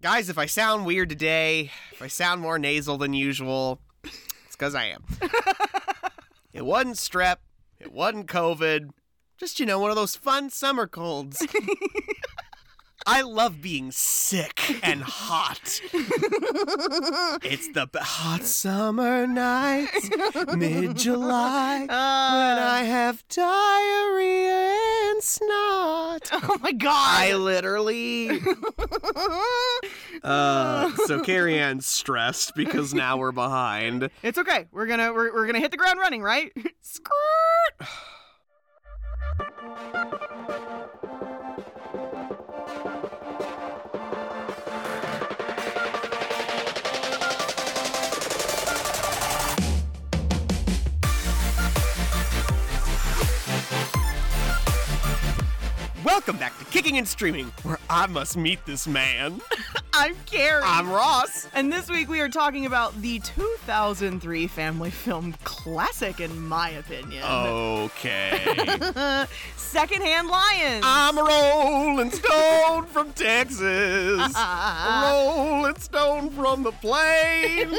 Guys, if I sound weird today, if I sound more nasal than usual, it's because I am. it wasn't strep, it wasn't COVID, just, you know, one of those fun summer colds. I love being sick and hot. it's the b- hot summer nights, mid July, when Uh. I have diarrhea and snot. Oh my god. I literally. uh, so Carrie Ann's stressed because now we're behind. it's okay. We're gonna we're, we're gonna hit the ground running, right? Skirt. Welcome back to Kicking and Streaming, where I must meet this man. I'm Carrie. I'm Ross. and this week we are talking about the 2003 family film classic, in my opinion, Oh. Okay. Secondhand Lions. I'm a rolling stone from Texas. Uh, rolling stone from the plain.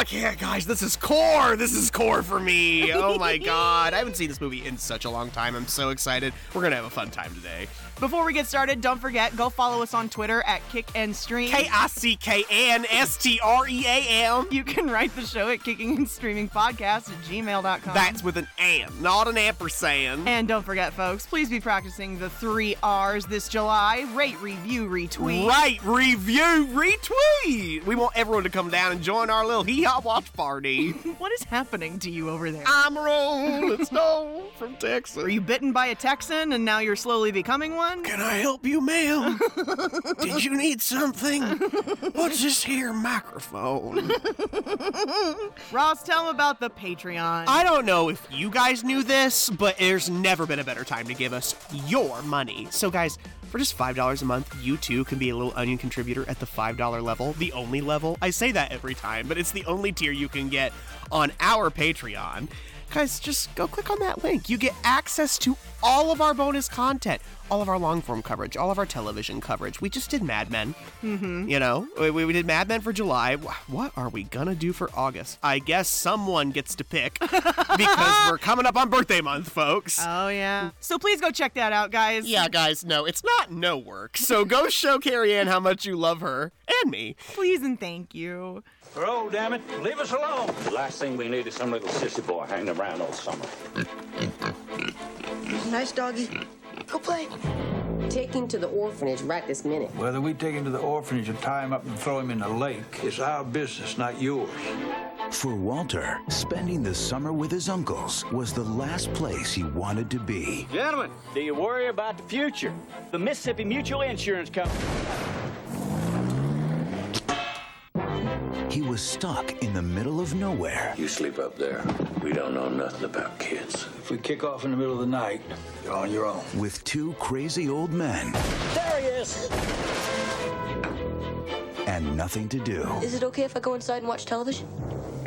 okay, guys, this is core. This is core for me. Oh my god. I haven't seen this movie in such a long time. I'm so excited. We're gonna have a fun time today. Before we get started, don't forget go follow us on Twitter at Kick and Stream. K I C K N S T R E A M. you can write the show at kicking and streaming podcast at gmail.com. That's with an and, not an ampersand. And don't forget, folks, please be practicing the three R's this July. Rate, review, retweet. Rate, review, retweet. We want everyone to come down and join our little hee haw watch party. What is happening to you over there? I'm rolling stone from Texas. Were you bitten by a Texan and now you're slowly becoming one? Can I help you, ma'am? Did you need something? What's this here microphone? Ross, tell them about the Patreon. I don't know if you guys knew this, but there's never been a better time to give us your money. So, guys, for just $5 a month, you too can be a little onion contributor at the $5 level, the only level. I say that every time, but it's the only tier you can get on our Patreon. Guys, just go click on that link. You get access to all of our bonus content, all of our long form coverage, all of our television coverage. We just did Mad Men. You know, we, we did Mad Men for July. Wh- What are we gonna do for August? I guess someone gets to pick because we're coming up on birthday month, folks. oh, yeah. So please go check that out, guys. yeah, guys, no, it's not no work. So go show Carrie Ann how much you love her and me. Please and thank you. Oh, damn it. Leave us alone. Last thing we need is some little sissy boy hanging around all summer. Nice doggy. Go play. Take him to the orphanage right this minute. Whether we take him to the orphanage or tie him up and throw him in the lake, it's our business, not yours. For Walter, spending the summer with his uncles was the last place he wanted to be. Gentlemen, do you worry about the future? The Mississippi Mutual Insurance Company. He was stuck in the middle of nowhere You sleep up there. We don't know nothing about kids. If we kick off in the middle of the night, you're on your own. with two crazy old men There he is. and nothing to do. Is it okay if I go inside and watch television?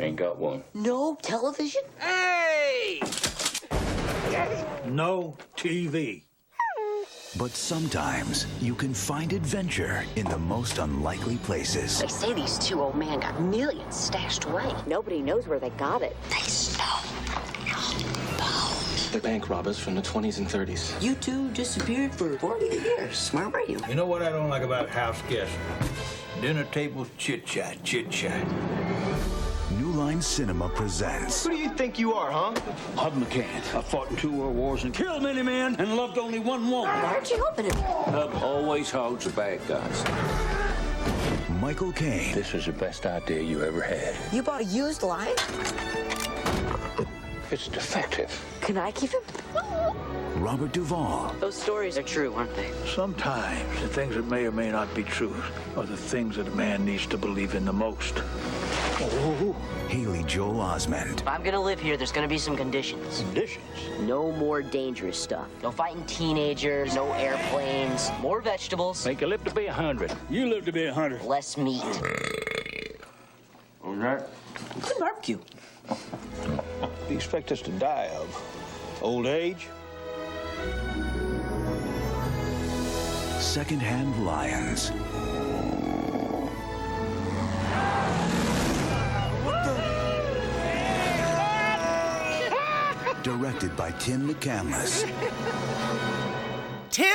Ain't got one. No television? No TV. But sometimes you can find adventure in the most unlikely places. They say these two old men got millions stashed away. Nobody knows where they got it. They smell. They're bank robbers from the 20s and 30s. You two disappeared for 40 years. Where were you? You know what I don't like about house guests? Dinner table chit chat, chit chat. New Line Cinema presents Who do you think you are, huh? Hub McCann. I fought in two world wars and killed many men and loved only one woman. Why aren't you open it? Hub always holds the bad guys. Michael Caine, This is the best idea you ever had. You bought a used line? It's defective. Can I keep him? Robert Duvall, Those stories are true, aren't they? Sometimes the things that may or may not be true are the things that a man needs to believe in the most. Haley Joel Osment, If I'm gonna live here, there's gonna be some conditions. Conditions. No more dangerous stuff. No fighting teenagers, no airplanes, more vegetables, Think you live to be a hundred. You live to be a hundred. less meat. All right. Good barbecue. What do you expect us to die of? Old age? Secondhand Lions. directed by Tim McCandless. Tim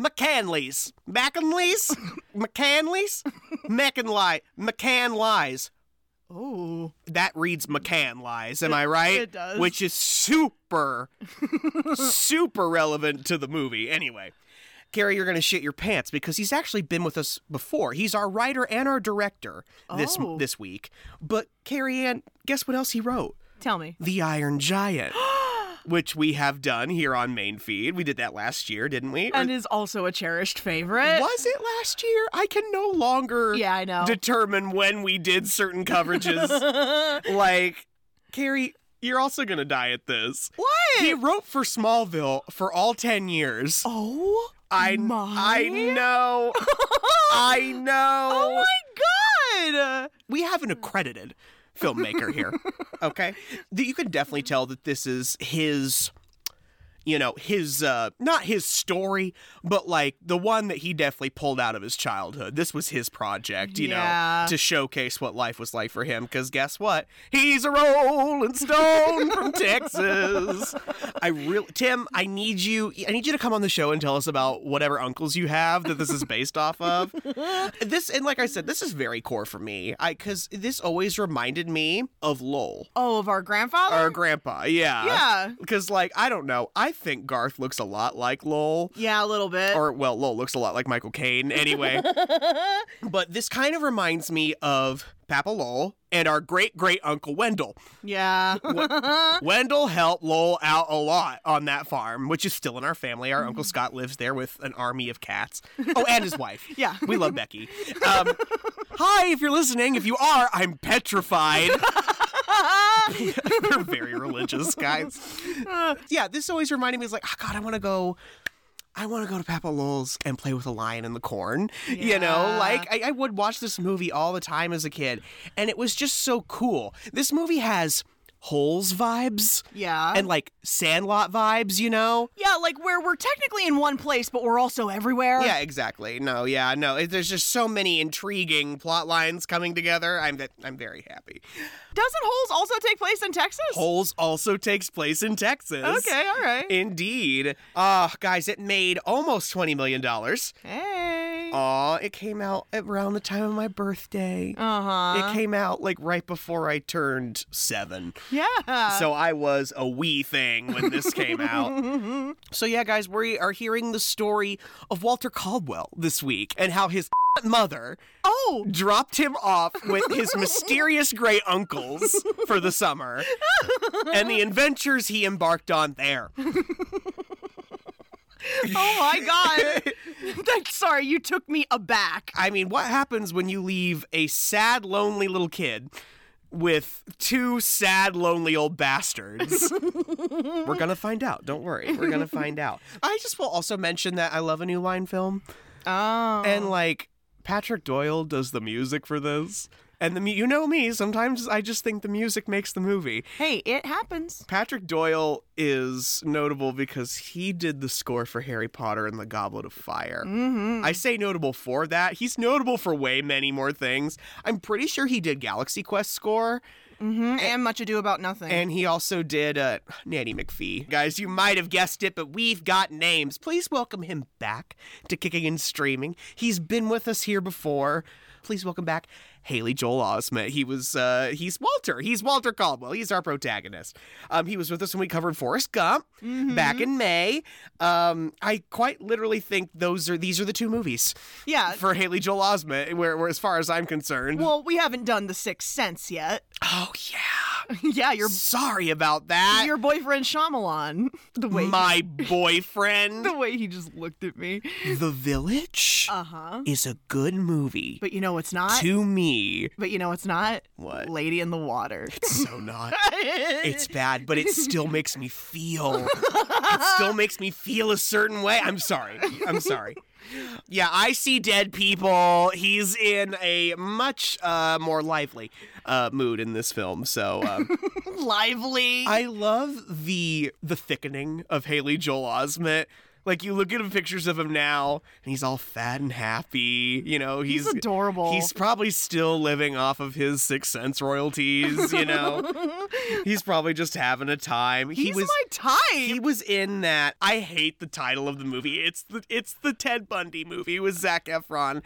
McCanley's. McCanley's? McCanley's? McCanlie. McCanlies. Oh, That reads McCann lies, am I right? it does. Which is super, super relevant to the movie. Anyway, Gary, you're going to shit your pants because he's actually been with us before. He's our writer and our director this Oh. this week. But Carrie Ann, guess what else he wrote? tell me. The Iron Giant, which we have done here on main feed. We did that last year, didn't we? Or- And is also a cherished favorite. was it last year? I can no longer Yeah, I know. determine when we did certain coverages. like, Carrie, you're also going to die at this. What? He wrote for Smallville for all 10 years. oh I, my. I know. I know. Oh my god! we have an accredited filmmaker here. Okay. That You can definitely tell that this is his you know, his uh not his story, but like the one that he definitely pulled out of his childhood. This was his project, you Yeah. know, to showcase what life was like for him cuz guess what? He's a rolling stone from Texas. I really Tim, I need you I need you to come on the show and tell us about whatever uncles you have that this is based off of this and like I said, this is very core for me. I because this always reminded me of Lowell, Oh, of our grandfather? our grandpa. Yeah, Yeah. Because like I don't know, I think Garth looks a lot like Lowell. yeah, a little bit. Or well, Lowell looks a lot like Michael Caine anyway. but this kind of reminds me of Papa Lowell and our great great uncle Wendell. yeah. Wendell helped Lowell out a lot on that farm, which is still in our family. Our Mm-hmm. Uncle Scott lives there with an army of cats. Oh, and his wife. Yeah. We love Becky. Um, hi, if you're listening. If you are, I'm petrified. They're very religious, guys. Uh, Yeah, this always reminded me, it's like, oh, God, I want to go. I want to go to Papa Lowell's and play with a lion in the corn. You know, Yeah. like I, I would watch this movie all the time as a kid, and it was just so cool. This movie has holes vibes yeah. and like Sandlot vibes, you know? yeah, like where we're technically in one place, but we're also everywhere. Yeah, exactly. No, yeah, no. it- There's just so many intriguing plot lines coming together. I'm th- I'm very happy. Doesn't Holes also take place in Texas? Holes also takes place in Texas. Okay, all right. Indeed. Ah, guys, it made almost twenty million dollars. hey. Aw, it came out around the time of my birthday. Uh huh. It came out like right before I turned seven. Yeah. Oh So I was a wee thing when this came out. so yeah, guys, we are hearing the story of Walter Caldwell this week and how his mother oh, dropped him off with his mysterious great uncles for the summer and the adventures he embarked on there. oh my god. That- Sorry, you took me aback. I mean, what happens when you leave a sad, lonely little kid with two sad, lonely old bastards? We're gonna find out. Don't worry. We're gonna find out. I just will also mention that I love a new line film, Oh. and like Patrick Doyle does the music for this. And the mu- you know me, sometimes I just think the music makes the movie. hey, it happens. Patrick Doyle is notable because he did the score for Harry Potter and the Goblet of Fire. I say notable for that. He's notable for way many more things. I'm pretty sure he did Galaxy Quest score, Mm, and much ado about nothing. and he also did uh, Nanny McPhee. Guys, you might have guessed it, but we've got names. Please welcome him back to Kicking and Streaming. He's been with us here before. Please welcome back Haley Joel Osment. He was, uh, he's Walter. He's Walter Caldwell. He's our protagonist. Um, he was with us when we covered Forrest Gump back in May. Um, I quite literally think those are these are the two movies yeah. for Haley Joel Osment, where, where as far as I'm concerned. Uh, well, we haven't done the sixth sense yet. oh yeah. yeah, your Sorry about that. your boyfriend Shyamalan. The way my he, boyfriend. the way he just looked at me. the Village Uh huh. is a good movie But you know it's not. to me. But you know it's not. What? Lady in the Water. So not. It's bad, but it still makes me feel. It still makes me feel a certain way. I'm sorry. I'm sorry. Yeah, I see dead people. He's in a much uh, more lively uh, mood in this film. So um, lively. I love the the thickening of Haley Joel Osment. Like you look at him pictures of him now, and he's all fat and happy. You know, he's, He's adorable. He's probably still living off of his Sixth Sense royalties. You know, he's probably just having a time. he He's was my type. he was in that. I hate the title of the movie. It's the it's the Ted Bundy movie with Zach Efron,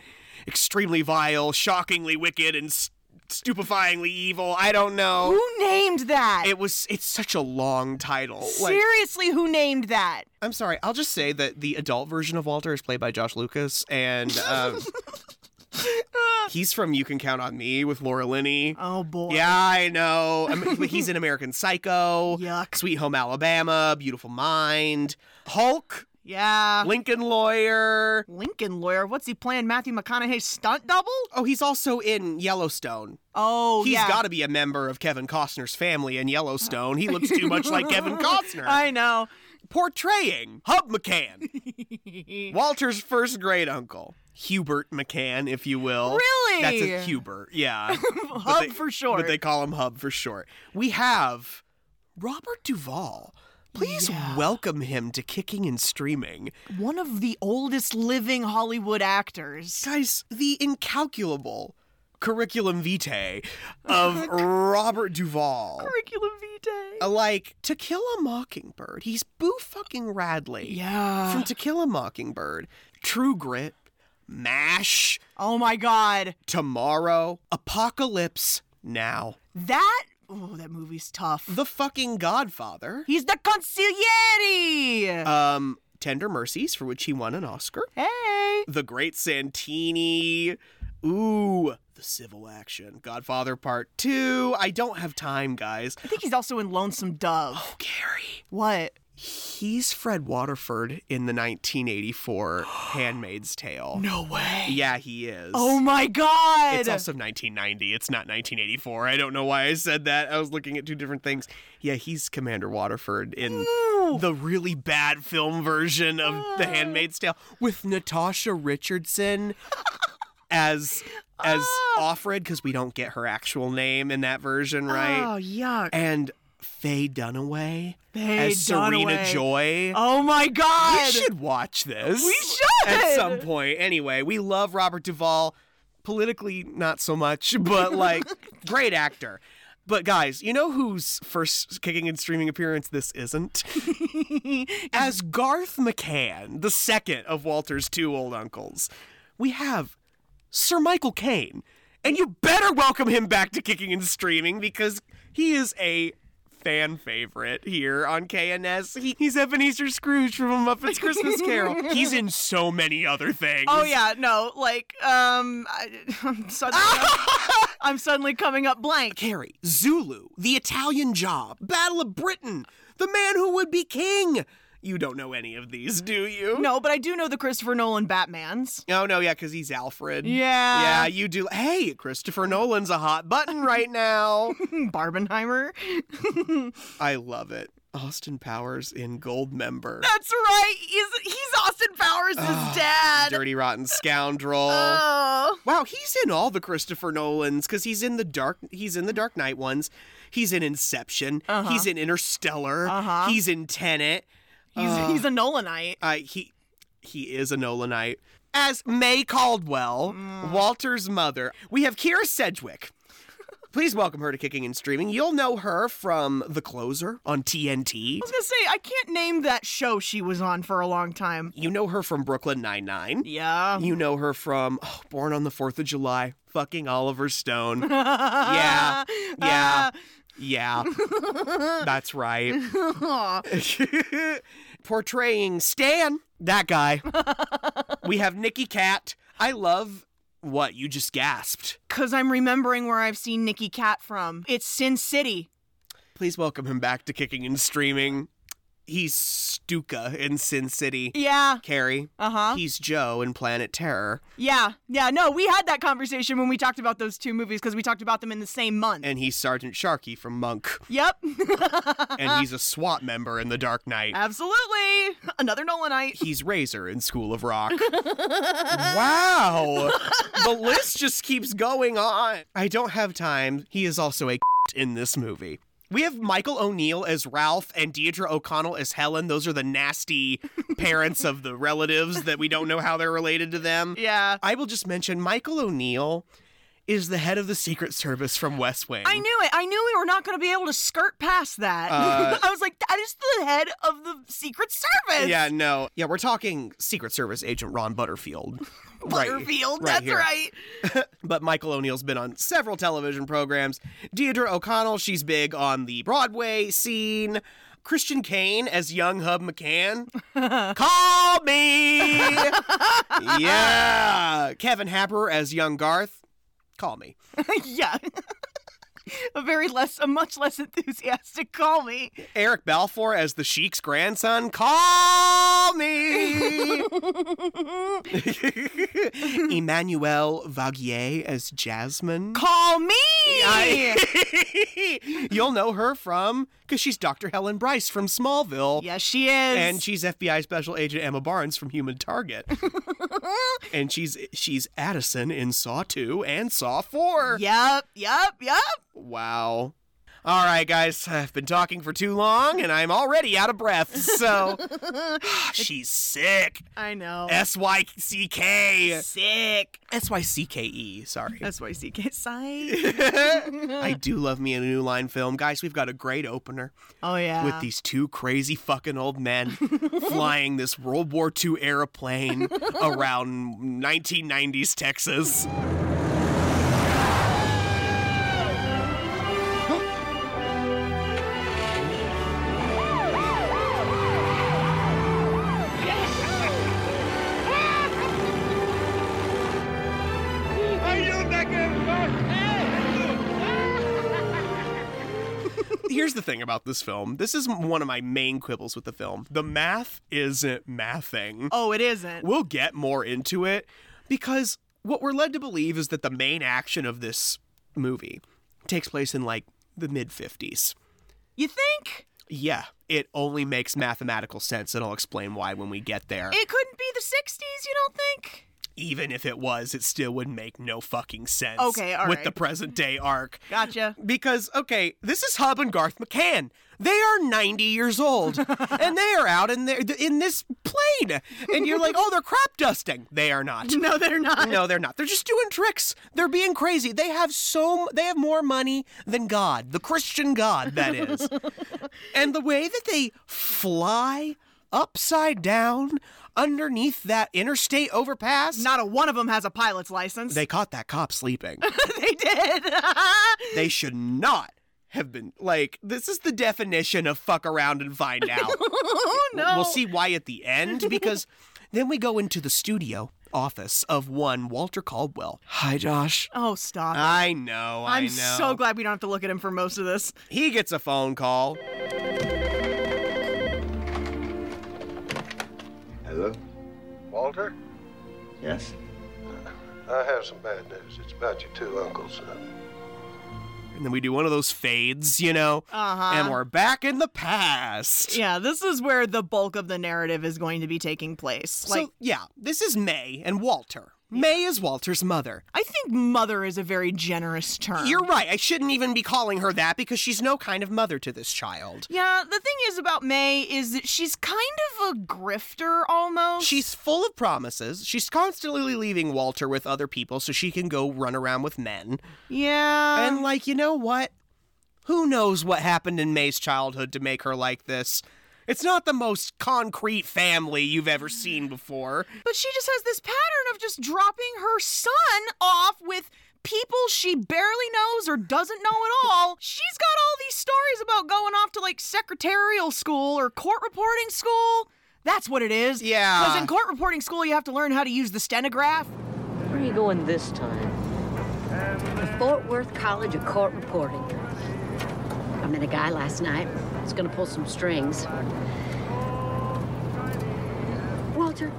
extremely vile, shockingly wicked, and st- stupefyingly evil. I don't know. who named that? It was. It's such a long title. Like, Seriously, who named that? I'm sorry. I'll just say that the adult version of Walter is played by Josh Lucas, and um, he's from You Can Count on Me with Laura Linney. Oh boy. Yeah, I know. I mean, he's in American Psycho, Yuck. Sweet Home Alabama, Beautiful Mind, Hulk, Yeah. Lincoln Lawyer. Lincoln lawyer. What's he playing? Matthew McConaughey's stunt double? Oh, he's also in Yellowstone. Oh, He's yeah. got to be a member of Kevin Costner's family in Yellowstone. He looks too much like Kevin Costner. I know. portraying Hub McCann, Walter's first great uncle, Hubert McCann, if you will. Really? That's a Hubert, yeah. But Hub they- for short. But they call him Hub for short. We have Robert Duvall. Please welcome him to Kicking and Streaming. One of the oldest living Hollywood actors. Guys, the incalculable curriculum vitae of Robert Duvall. Curriculum vitae. Oh, Like, To Kill a Mockingbird, he's Boo fucking Radley. Yeah. from To Kill a Mockingbird, True Grit, MASH, Oh my God. Tomorrow, Apocalypse Now, That. Oh, that movie's tough. The fucking Godfather, He's the consigliere. um, Tender Mercies, for which he won an Oscar, hey. The Great Santini, ooh, The Civil Action, Godfather Part 2. I don't have time, guys. I think he's also in Lonesome Dove. Gary. What? He's Fred Waterford in the 1984 Handmaid's Tale. No way. Yeah, he is. Oh my God. It's also 1990. It's not 1984. I don't know why I said that. I was looking at two different things. Yeah, he's Commander Waterford in the really bad film version of The Handmaid's Tale with Natasha Richardson as as Offred because we don't get her actual name in that version, Oh right? yuck. And Faye Dunaway Faye as Serena Dunaway. Joy. oh my God. We should watch this. We should! At some point. Anyway, we love Robert Duvall. Politically, not so much, but like, great actor. But guys, you know whose first kicking and streaming appearance this isn't? As Garth McCann, the second of Walter's two old uncles, we have Sir Michael Caine. And you better welcome him back to kicking and streaming because he is a fan favorite here on KNS. He, he's Ebenezer Scrooge from A Muppet's Christmas Carol. He's in so many other things. Oh yeah, no, like um, I, I'm suddenly I'm suddenly coming up blank. Carrie, Zulu, The Italian Job, Battle of Britain, The Man Who Would Be King. You don't know any of these, do you? No, but I do know the Christopher Nolan Batman's. Oh no, yeah, because he's Alfred. Yeah. Yeah, you do. Hey, Christopher Nolan's a hot button right now. Barbenheimer. I love it. Austin Powers in Gold Member. That's right. He's he's Austin Powers' dad. Dirty Rotten Scoundrel. Oh. Wow, he's in all the Christopher Nolans because he's in the dark. He's in the Dark Knight ones. He's in Inception. He's in Interstellar. Uh-huh. He's in Tenet. He's he's a Nolanite. Uh, he he is a Nolanite. As May Caldwell, Mm. Walter's mother, we have Kira Sedgwick. Please welcome her to Kicking and Streaming. You'll know her from The Closer on TNT. I was gonna say I can't name that show she was on for a long time. You know her from Brooklyn Nine Nine. Yeah. You know her from oh, Born on the Fourth of July, fucking Oliver Stone. yeah, yeah, Uh, yeah. That's right. Portraying Stan, that guy. we have Nicky Cat. I love what you just gasped. Cause I'm remembering where I've seen Nicky Cat from. It's Sin City. Please welcome him back to kicking and streaming. He's Stuka in Sin City. Yeah. Carrie. Uh huh. He's Joe in Planet Terror. Yeah. Yeah. No, we had that conversation when we talked about those two movies because we talked about them in the same month. And he's Sergeant Sharkey from Monk. Yep. and he's a SWAT member in The Dark Knight. Absolutely. Another Nolanite. He's Razor in School of Rock. wow. The list just keeps going on. I don't have time. He is also a in this movie. We have Michael O'Neill as Ralph and Deidre O'Connell as Helen. Those are the nasty parents of the relatives that we don't know how they're related to them. Yeah. I will just mention Michael O'Neill is the head of the Secret Service from West Wing. I knew it. I knew we were not going to be able to skirt past that. Uh, I was like, that is the head of the Secret Service. Yeah, no. Yeah, we're talking Secret Service agent Ron Butterfield. Right- Butterfield. that's here. right. But Michael O'Neill's been on several television programs. Deidre O'Connell, she's big on the Broadway scene. Christian Kane as young Hub McCann. Call me! yeah. Kevin Happer as young Garth. Call me. yeah. a very less, a much less enthusiastic call me. Eric Balfour as the Sheik's grandson. Call me! Emmanuel Vagier as Jasmine. Call me. I- You'll know her from because she's Dr. Helen Bryce from Smallville. yes, she is. And she's FBI Special Agent Emma Barnes from Human Target. and she's she's Addison in Saw 2 and Saw 4. Yep, yep, yep. Wow. All right, guys, I've been talking for too long and I'm already out of breath. So she's sick. I know. S Y C K. Sick. S Y C K E. Sorry. That's why CK sigh. I do love me a new line film. Guys, we've got a great opener. Oh yeah. with these two crazy fucking old men flying this World War II airplane around 1990s Texas. Here's the thing about this film. This is one of my main quibbles with the film. The math isn't mathing. Oh, it isn't. We'll get more into it because what we're led to believe is that the main action of this movie takes place in like the mid 50s. You think Yeah, it only makes mathematical sense, and I'll explain why when we get there. it couldn't be the '60s? You don't think? Even if it was, it still would make no fucking sense Okay, all with right. the present day arc. Gotcha. Because, okay, this is Hub and Garth McCann. They are 90 years old and they are out in, their, in this plane. And you're like, oh, they're crop dusting. They are not. No, they're not. No, they're not. They're just doing tricks. They're being crazy. They have so they have more money than God, the Christian God that is. and the way that they fly upside down underneath that interstate overpass. Not a one of them has a pilot's license. they caught that cop sleeping. they did. Oh, they should not have been like this is the definition of fuck around and find out. oh no. We'll see why at the end because then we go into the studio office of one Walter Caldwell. Hi Josh. Oh, stop. I know. I I'm know. so glad we don't have to look at him for most of this. He gets a phone call. Hello? Walter, Uh, Yes? I have some bad news. It's about your two uncles. Uh, And then we do one of those fades, you know? Uh-huh. And we're back in the past. Yeah, this is where the bulk of the narrative is going to be taking place. Like, so, yeah, this is May and Walter. May is Walter's mother. I think mother is a very generous term. You're right. I shouldn't even be calling her that because she's no kind of mother to this child. Yeah, the thing is about May is that she's kind of a grifter almost. She's full of promises. She's constantly leaving Walter with other people so she can go run around with men. yeah. and, like, you know what? Who knows what happened in May's childhood to make her like this? It's not the most concrete family you've ever seen before. but she just has this pattern of just dropping her son off with people she barely knows or doesn't know at all. She's got all these stories about going off to like secretarial school or court reporting school. That's what it is. Yeah. Because in court reporting school, you have to learn how to use the stenograph. Where are you going this time? The Fort Worth College of Court Reporting. I met a guy last night. He's gonna pull some strings. Walter,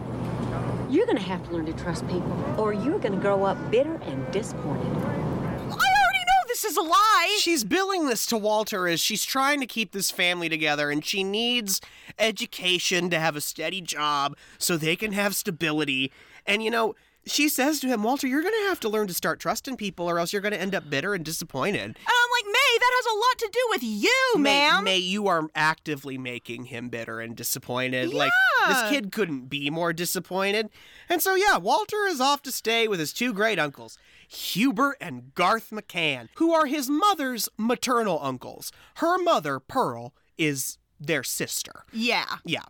you're gonna have to learn to trust people, or you're gonna grow up bitter and disappointed. I already know this is a lie. She's billing this to Walter as she's trying to keep this family together and she needs education to have a steady job so they can have stability. And you know, she says to him, Walter, you're going to have to learn to start trusting people or else you're going to end up bitter and disappointed. And I'm like, May, that has a lot to do with you, May, ma'am. May, you are actively making him bitter and disappointed. Like, Yeah. this kid couldn't be more disappointed. And so, yeah, Walter is off to stay with his two great uncles, Hubert and Garth McCann, who are his mother's maternal uncles. Her mother, Pearl, is their sister. Yeah. Yeah.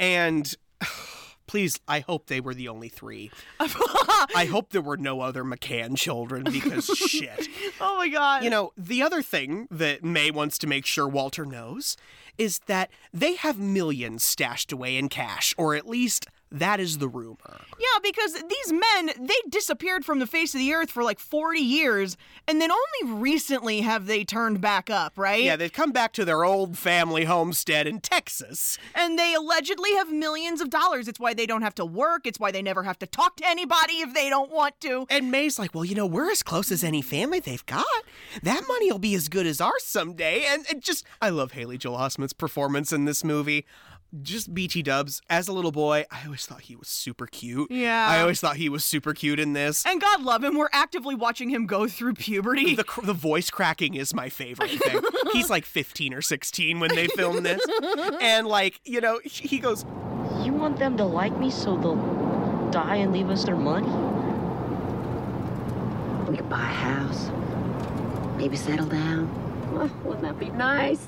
And please, I hope they were the only three. I hope there were no other McCann children because shit. Oh my god. You know, the other thing that May wants to make sure Walter knows is that they have millions stashed away in cash, or at least that is the rumor. Yeah, because these men, they disappeared from the face of the earth for like 40 years, and then only recently have they turned back up, right? Yeah, they've come back to their old family homestead in Texas. And they allegedly have millions of dollars. It's why they don't have to work. It's why they never have to talk to anybody if they don't want to. And May's like, well, you know, we're as close as any family they've got. That money will be as good as ours someday. And it just, I love Haley Joel Osment's performance in this movie. Just BT dubs. As a little boy, I always thought he was super cute. Yeah. I always thought he was super cute in this. And God love him, we're actively watching him go through puberty. The, cr- the voice cracking is my favorite thing. He's like 15 or 16 when they filmed this. And, like, you know, he he goes, You want them to like me so they'll die and leave us their money? We could buy a house, maybe settle down. Oh, wouldn't that be nice?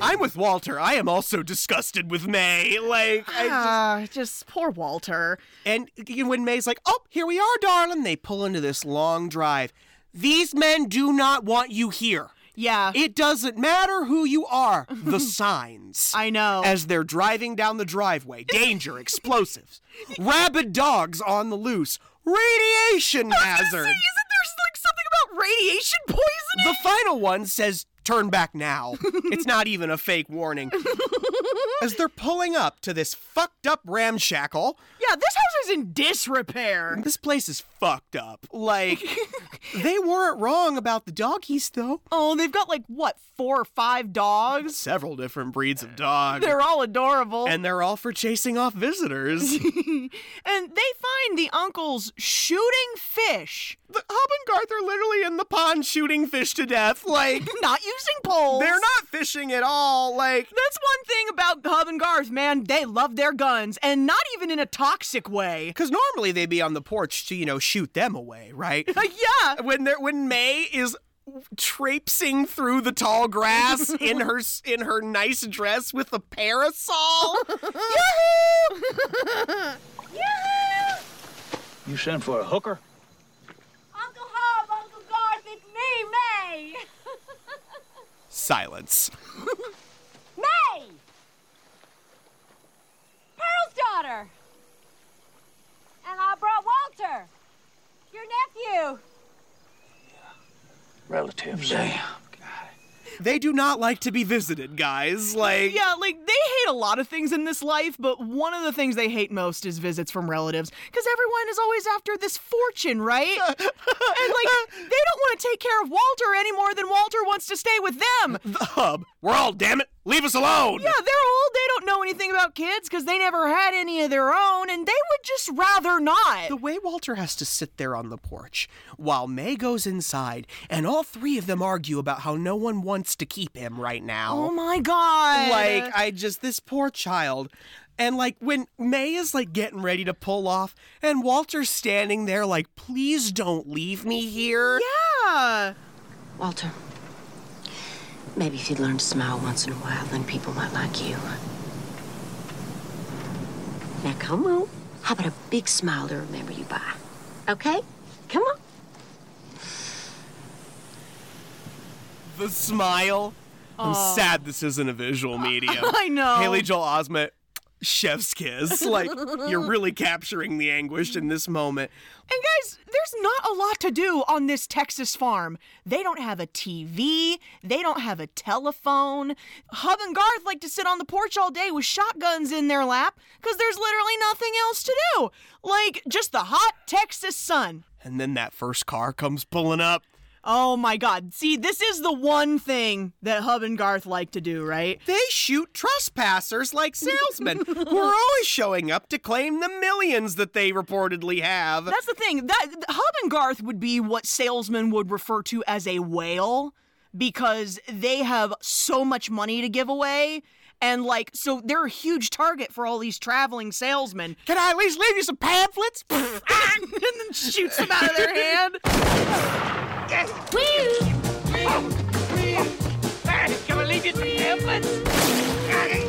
I'm with Walter. I am also disgusted with May. Like, I just. Ah, just... poor Walter. And you know, when May's like, oh, here we are, darling, they pull into this long drive. These men do not want you here. Yeah. It doesn't matter who you are. The signs. I know. As they're driving down the driveway danger, explosives, rabid dogs on the loose, radiation hazard. Isn't there like something about radiation poisoning? The final one says, turn back now. it's not even a fake warning. As they're pulling up to this fucked up ramshackle, Yeah, this house is in disrepair. This place is fucked up. Like, they weren't wrong about the doggies, though. Oh, they've got like what, four or five dogs? Several different breeds of dogs. They're all adorable. and they're all for chasing off visitors. And they find the uncles shooting fish, the Hob and Garth are literally in the pond shooting fish to death. Like, not using poles. they're not fishing at all. Like, That's one thing about Hub and Garth, man. They love their guns, and not even in a toxic way. because normally they'd be on the porch to, you know, shoot them away, right? Like, yeah. when they're, when May is traipsing through the tall grass in her s- in her nice dress with a parasol. You sent for a hooker? Uncle Hob, Uncle Garth, it's me, May. Silence. May! Pearl's daughter. And I brought Walter, your nephew. Relatives. Damn. They do not like to be visited, guys. Like, Yeah, like they hate a lot of things in this life, but one of the things they hate most is visits from relatives because everyone is always after this fortune, right? and like they don't want to take care of Walter any more than Walter wants to stay with them. the hub. We're all, damn it, leave us alone. Yeah, they're old. They don't know anything about kids because they never had any of their own, and they would just rather not. The way Walter has to sit there on the porch while May goes inside, and all three of them argue about how no one wants to keep him right Oh now. my god! like, I just, this poor child. And like when May is like getting ready to pull off, and Walter's standing there like, please don't leave me here. yeah. Walter, maybe if you'd learn to smile once in a while, then people might like you. Now, come on. How about a big smile to remember you by? Okay? Come on. The smile. I'm sad this isn't a visual medium. I know. Haley Joel Osment, chef's kiss. Like, you're really capturing the anguish in this moment. And guys, there's not a lot to do on this Texas farm. They don't have a TV, they don't have a telephone. Hub and Garth like to sit on the porch all day with shotguns in their lap because there's literally nothing else to do. Like just the hot Texas sun. And then that first car comes pulling up. Oh my god. See, this is the one thing that Hub and Garth like to do, right? They shoot trespassers like salesmen who are always showing up to claim the millions that they reportedly have. That's the thing. That Hub and Garth would be what salesmen would refer to as a whale because they have so much money to give away. And like, so they're a huge target for all these traveling salesmen. Can I at least leave you some pamphlets? Ah! and then shoots them out of their hand. Can I leave you some pamphlets?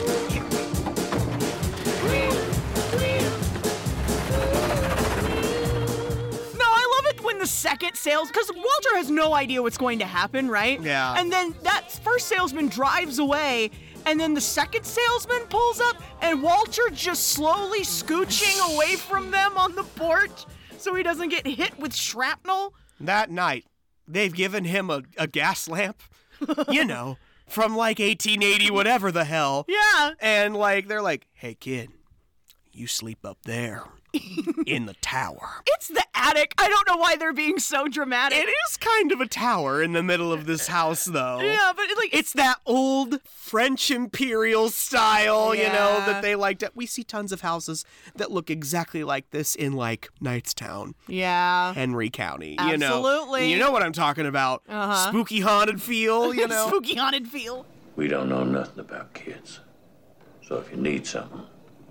No, I love it when the second sales, because Walter has no idea what's going to happen, right? Yeah. And then that first salesman drives away, and then the second salesman pulls up, and Walter just slowly scooching away from them on the porch so he doesn't get hit with shrapnel. That night, they've given him a, a gas lamp, you know, from like 1880, whatever the hell. Yeah. And like, they're like, hey, kid, you sleep up there in the tower. It's the attic. I don't know why they're being so dramatic. It is kind of a tower in the middle of this house, though. Yeah, but it, like It's that old French imperial style, you know, Yeah. that they like. To, we see tons of houses that look exactly like this in like Knightstown, yeah. Henry County, you know. Absolutely. You know what I'm talking about. Uh-huh. Spooky haunted feel, you know. Spooky haunted feel. We don't know nothing about kids. So if you need something,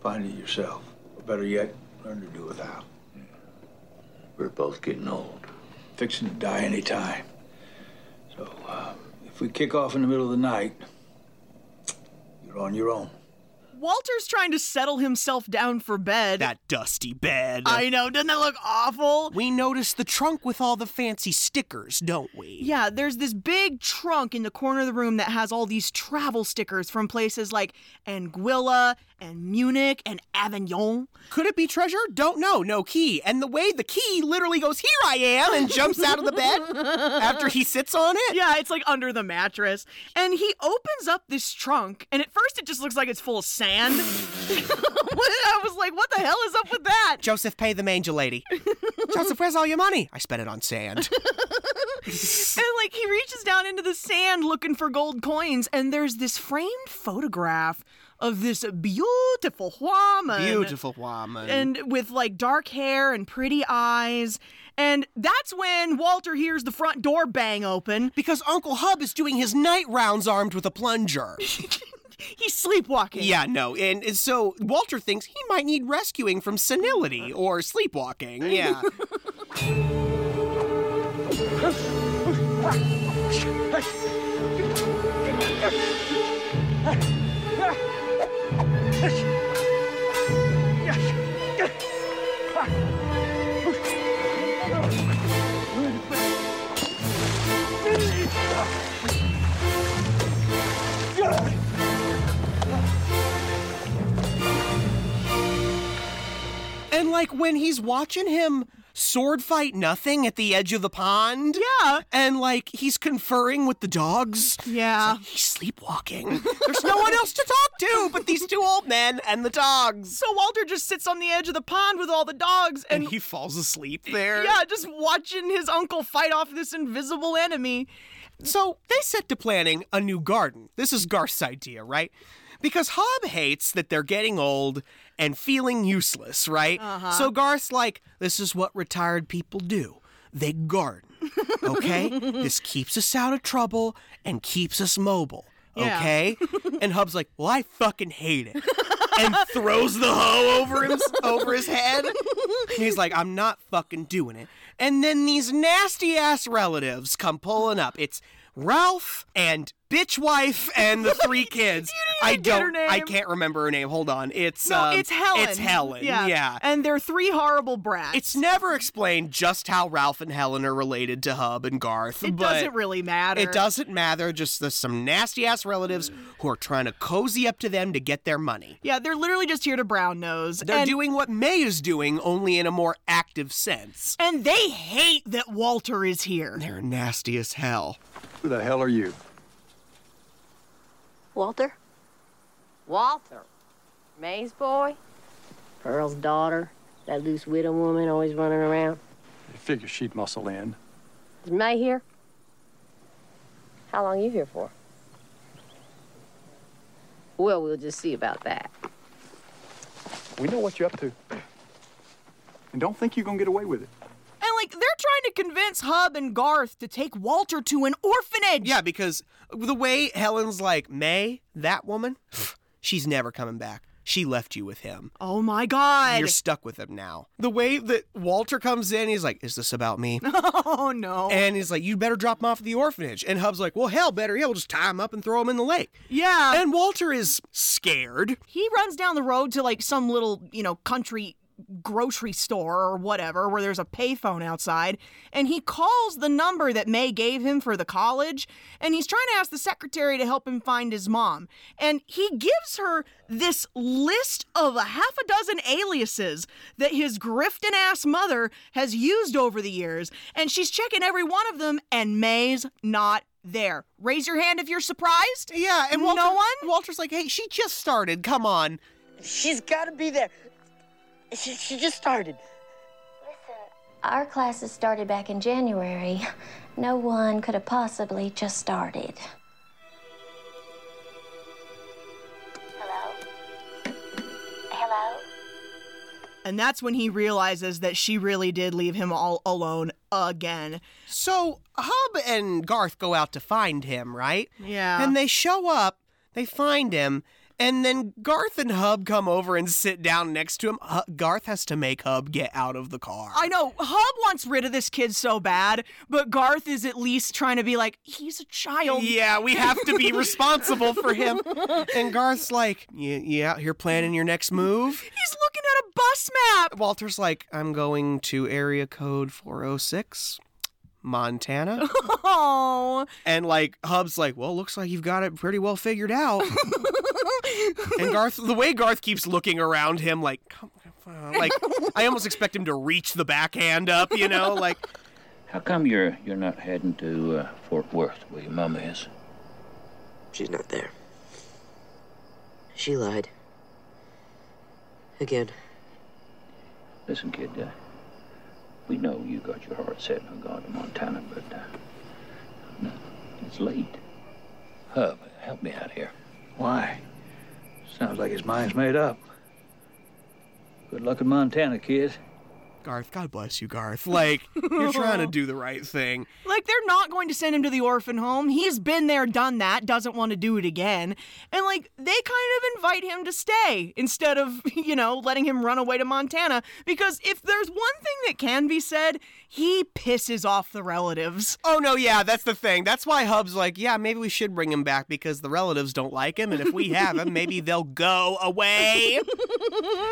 find it yourself. Or better yet, learn to do without. We're both getting old, fixing to die any time. So uh, if we kick off in the middle of the night, you're on your own. Walter's trying to settle himself down for bed. that dusty bed. I know. Doesn't that look awful? we notice the trunk with all the fancy stickers, don't we? Yeah, there's this big trunk in the corner of the room that has all these travel stickers from places like Anguilla and Munich and Avignon. Could it be treasure? Don't know. No key. And the way the key literally goes, here I am, and jumps out of the bed after he sits on it. Yeah, it's like under the mattress. And he opens up this trunk, and at first it just looks like it's full of sand. I was like, what the hell is up with that? Joseph, pay the manger lady. Joseph, where's all your money? I spent it on sand. And like he reaches down into the sand looking for gold coins, and there's this framed photograph of this beautiful woman. Beautiful woman. And with like dark hair and pretty eyes. And that's when Walter hears the front door bang open. because Uncle Hub is doing his night rounds armed with a plunger. He's sleepwalking. yeah, no. And, and so Walter thinks he might need rescuing from senility or sleepwalking. Yeah. And like when he's watching him sword fight nothing at the edge of the pond. Yeah. And like he's conferring with the dogs. Yeah. He's sleepwalking. There's no one else to talk to but these two old men and the dogs. So Walter just sits on the edge of the pond with all the dogs and, And he falls asleep there. yeah, just watching his uncle fight off this invisible enemy. So they set to planning a new garden. This is Garth's idea, right? Because Hob hates that they're getting old and feeling useless, right? So Garth's like, this is what retired people do they garden, okay? this keeps us out of trouble and keeps us mobile, Yeah. okay? and Hub's like, well, I fucking hate it. and throws the hoe over him over his head. And he's like, I'm not fucking doing it. And then these nasty ass relatives come pulling up. It's Ralph and bitch wife and the three kids. I even get her don't. I name. can't remember her name. Hold on. It's No, um, it's Helen. It's Helen. Yeah. And they're three horrible brats. It's never explained just how Ralph and Helen are related to Hub and Garth. it but doesn't really matter. It doesn't matter. Just there's some nasty ass relatives who are trying to cozy up to them to get their money. Yeah, they're literally just here to brown nose. They're and, doing what May is doing, only in a more active sense. and they hate that Walter is here. They're nasty as hell. Who the hell are you? Walter? Walter, May's boy, Earl's daughter, that loose widow woman always running around. I figure she'd muscle in. Is May here? How long you here for? Well, we'll just see about that. We know what you're up to. And don't think you're gonna get away with it. And like they're trying to convince Hub and Garth to take Walter to an orphanage. Yeah, because the way Helen's like, May, that woman, she's never coming back. She left you with him. Oh my God. You're stuck with him now. The way that Walter comes in, he's like, Is this about me? oh no. And he's like, You better drop him off at the orphanage. And Hub's like, Well, hell, better yeah, we'll just tie him up and throw him in the lake. yeah. And Walter is scared. he runs down the road to like some little, you know, country grocery store or whatever where there's a payphone outside and he calls the number that May gave him for the college and he's trying to ask the secretary to help him find his mom and he gives her this list of a half a dozen aliases that his grifting ass mother has used over the years and she's checking every one of them and May's not there. Raise your hand if you're surprised. Yeah, and Walter, no one Walter's like, Hey, she just started. Come on. She's got to be there. She, she just started. Our classes started back in January. No one could have possibly just started. And that's when he realizes that she really did leave him all alone again. So Hub and Garth go out to find him, right? Yeah. And they show up, they find him, and then Garth and Hub come over and sit down next to him. Hu- Garth has to make Hub get out of the car. I know Hub wants rid of this kid so bad, but Garth is at least trying to be like, he's a child. Yeah, we have to be responsible for him. And Garth's like, you, you out here planning your next move? He's looking at a bus map. Walter's like, I'm going to area code 406, Montana. Oh. And like Hub's like, well, looks like you've got it pretty well figured out. and Garth, the way Garth keeps looking around him, like, come, uh, like I almost expect him to reach the backhand up, you know, like. How come you're you're not heading to uh, Fort Worth where your mama is? She's not there. She lied. Again. Listen, kid. Uh, we know you got your heart set on God in Montana, but uh, no, it's late. Hub, help me out here. Why? Sounds like his mind's made up. Good luck in Montana, kid. Garth, God bless you, Garth. Like, you're trying to do the right thing. Like, they're not going to send him to the orphan home. He's been there, done that, doesn't want to do it again. And, like, they kind of invite him to stay instead of, you know, letting him run away to Montana. Because if there's one thing that can be said, he pisses off the relatives. Oh, no, yeah, that's the thing. That's why Hub's like, yeah, maybe we should bring him back because the relatives don't like him. And if we have him, maybe they'll go away.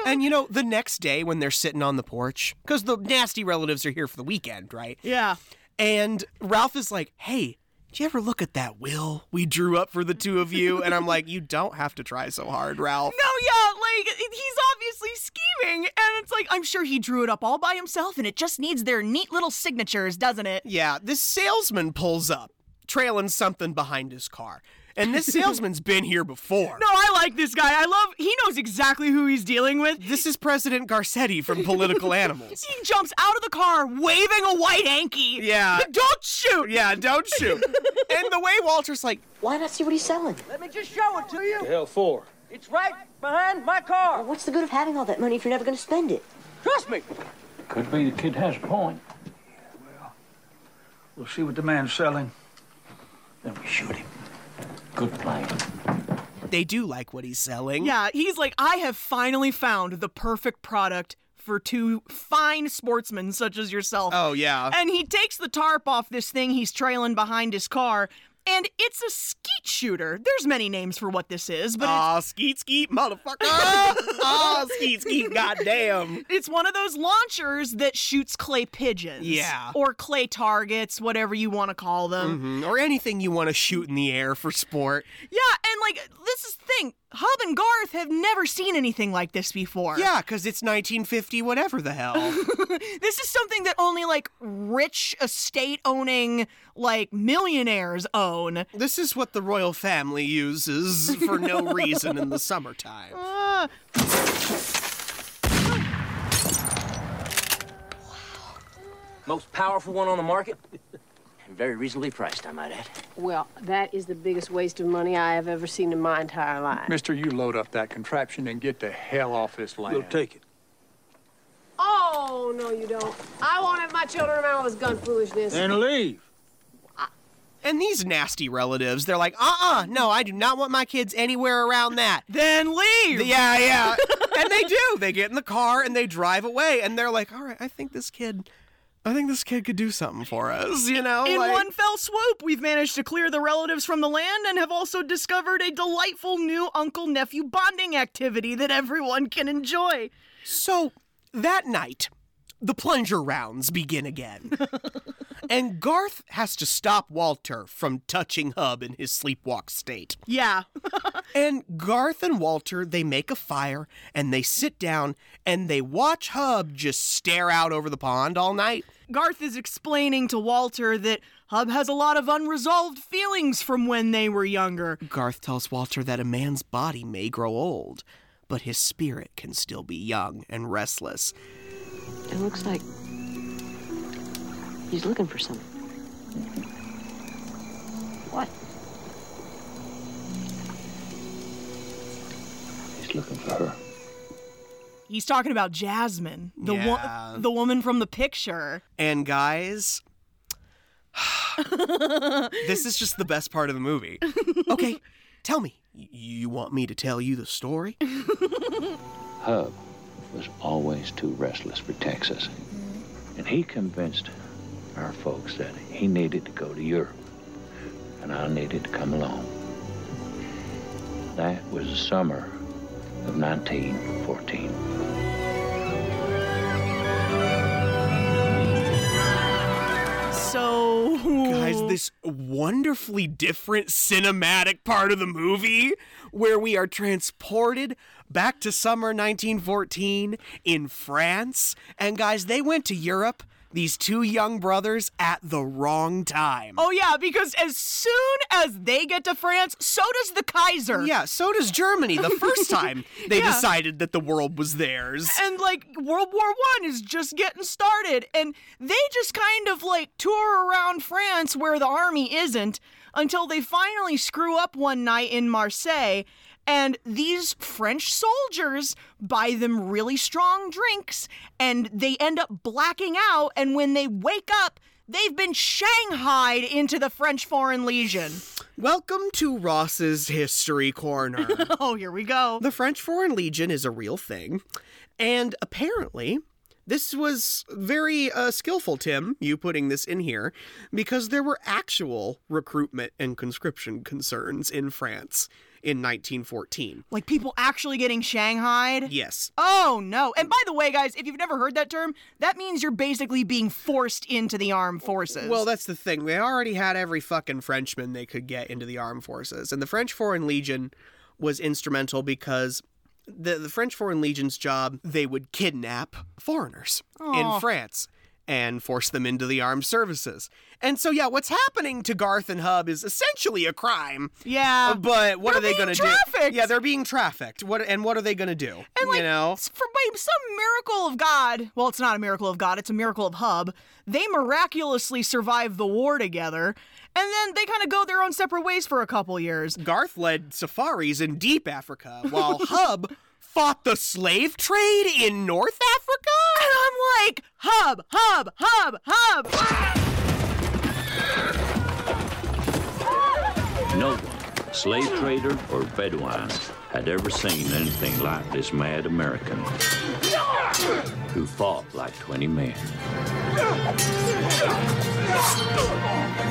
and, you know, the next day when they're sitting on the porch, because the nasty relatives are here for the weekend, right? Yeah. And Ralph is like, hey, did you ever look at that will we drew up for the two of you? And I'm like, you don't have to try so hard, Ralph. No, yeah, like he's obviously scheming, and it's like I'm sure he drew it up all by himself, and it just needs their neat little signatures, doesn't it? Yeah, this salesman pulls up, trailing something behind his car. And this salesman's been here before. No, I like this guy. I love. He knows exactly who he's dealing with. This is President Garcetti from Political Animals. He jumps out of the car waving a white hanky. Yeah. Don't shoot. Yeah, don't shoot. and the way Walter's like, Why not see what he's selling? Let me just show it to you. hell for? It's right behind my car. What's the good of having all that money if you're never going to spend it? Trust me. Could be the kid has a point. We'll see what the man's selling. Then we shoot him. Good plan. they do like what he's selling. Yeah, he's like, I have finally found the perfect product for two fine sportsmen such as yourself. Oh, yeah. And he takes the tarp off this thing he's trailing behind his car, and it's a skeet shooter. There's many names for what this is, but it's Aw, skeet skeet, motherfucker. Aw, skeet skeet, goddamn. It's one of those launchers that shoots clay pigeons. Yeah. Or clay targets, whatever you want to call them. Mhm, Or anything you want to shoot in the air for sport. Yeah, and like, this is the thing Hub and Garth have never seen anything like this before. Yeah, because it's 1950, whatever the hell. This is something that only like rich estate owning, like millionaires own. this is what the royal family uses for no reason in the summertime. Ah. Most powerful one on the market, and very reasonably priced, I might add. Well, that is the biggest waste of money I have ever seen in my entire life. Mister, you load up that contraption and get the hell off this land. We'll take it. Oh, Oh, no, you don't. I won't have my children around with this gun foolishness. leave. And these nasty relatives, they're like, uh uh no, I do not want my kids anywhere around that. Then leave. Yeah, yeah. and they do. They get in the car and they drive away. And they're like, all right, I think this kid, I think this kid could do something for us, you know? In like- one fell swoop, we've managed to clear the relatives from the land and have also discovered a delightful new uncle nephew bonding activity that everyone can enjoy. So that night, the plunger rounds begin again. and Garth has to stop Walter from touching Hub in his sleepwalk state. Yeah. and Garth and Walter, they make a fire and they sit down and they watch Hub just stare out over the pond all night. Garth is explaining to Walter that Hub has a lot of unresolved feelings from when they were younger. Garth tells Walter that a man's body may grow old, but his spirit can still be young and restless. It looks like he's looking for something. What? He's looking for her. He's talking about Jasmine, the wo- Yeah. the woman from the picture. And guys, this is just the best part of the movie. Okay, tell me. y- You want me to tell you the story? Hub was always too restless for Texas. And he convinced our folks that he needed to go to Europe. And I needed to come along. That was the summer of 1914. So, guys, this wonderfully different cinematic part of the movie where we are transported back to summer 1914 in France. And guys, they went to Europe, these two young brothers, at the wrong time. Oh yeah, because as soon as they get to France, so does the Kaiser. Yeah, so does Germany. The first time they Yeah. decided that the world was theirs. And like World War One is just getting started, and they just kind of like tour around France where the army isn't until they finally screw up one night in Marseille. And these French soldiers buy them really strong drinks, and they end up blacking out. And when they wake up, they've been shanghaied into the French Foreign Legion. Welcome to Ross's History Corner. oh, here we go. The French Foreign Legion is a real thing. And apparently, this was very uh, skillful, Tim, you putting this in here, because there were actual recruitment and conscription concerns in France in 1914. Like people actually getting shanghaied. Yes. Oh no. And by the way, guys, if you've never heard that term, that means you're basically being forced into the armed forces. Well, that's the thing. They already had every fucking Frenchman they could get into the armed forces. And the French Foreign Legion was instrumental because the, the French Foreign Legion's job, they would kidnap foreigners Aw. in France and force them into the armed services. And so, yeah, what's happening to Garth and Hub is essentially a crime. Yeah. uh, But what They're are they being going to do? trafficked. Yeah, they're being trafficked. What And what are they going to do? And like you know? for by some miracle of God, well, it's not a miracle of God, it's a miracle of Hub. They miraculously survive the war together, and then they kind of go their own separate ways for a couple years. Garth led safaris in deep Africa, while Hub fought the slave trade in North Africa? And I'm like, Hub, Hub, Hub, Hub. No one, slave trader or Bedouin, had ever seen anything like this mad American who fought like 20 men.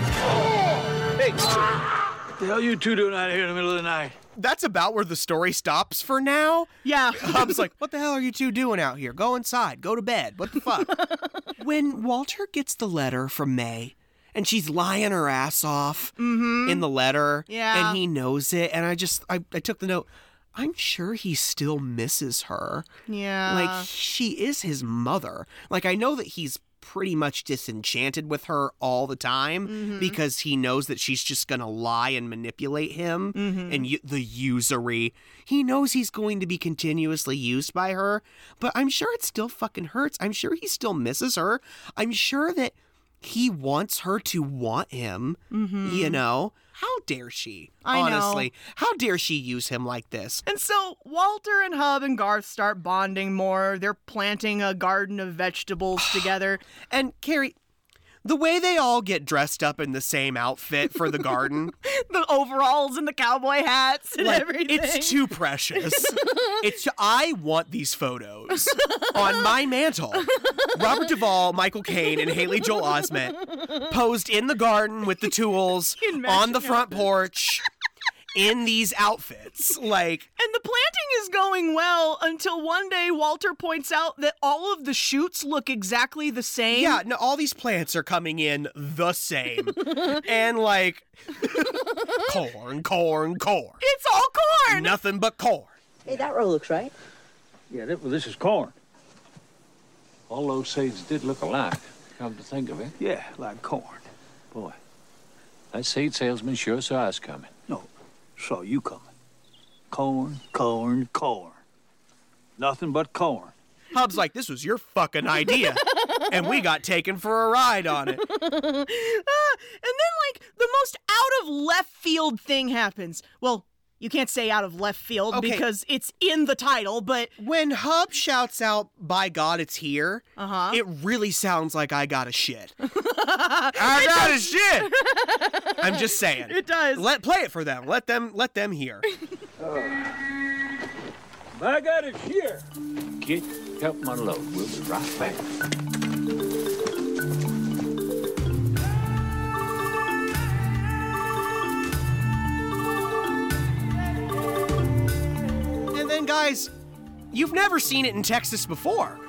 Hey! What the hell you two doing out here in the middle of the night? That's about where the story stops for now. Yeah. Hub's like, what the hell are you two doing out here? Go inside, go to bed. What the fuck? when Walter gets the letter from May, and she's lying her ass off in the letter, Yeah. and he knows it, and I just, I, I took the note. I'm sure he still misses her. Yeah. Like, she is his mother. Like, I know that he's pretty much disenchanted with her all the time Mhm. because he knows that she's just going to lie and manipulate him Mhm. and u- the usury. He knows he's going to be continuously used by her, but I'm sure it still fucking hurts. I'm sure he still misses her. I'm sure that He wants her to want him, Mhm. you know? How dare she? I know. honestly, how dare she use him like this? And so Walter and Hub and Garth start bonding more. They're planting a garden of vegetables together. And Carrie, the way they all get dressed up in the same outfit for the garden. the overalls and the cowboy hats and Like, everything. it's too precious. it's I want these photos on my mantle. Robert Duvall, Michael Caine, and Haley Joel Osment posed in the garden with the tools on the front porch in these outfits. Like And the planting is going well until one day Walter points out that all of the shoots look exactly the same. yeah, no, all these plants are coming in the same. and like corn, corn, corn. It's all corn. Nothing but corn. Hey, that row looks right. Yeah, that, well, this is corn. All those seeds did look alike, come to think of it. Yeah, like corn. Boy, that seed salesman sure saw us coming. No, saw you coming. Corn, corn, corn. Nothing but corn. Hub's like, this was your fucking idea. and we got taken for a ride on it. Ah, and then, like, the most out of left field thing happens. Well, you can't say out of left field Okay. because it's in the title, but. When Hub shouts out, by God, it's here, uh-huh. it really sounds like I got a shit. I got a shit! I'm just saying. It does. Let play it for them. Let them let them hear. I got it here. Get help my load. We'll be right back. And then guys, you've never seen it in Texas before.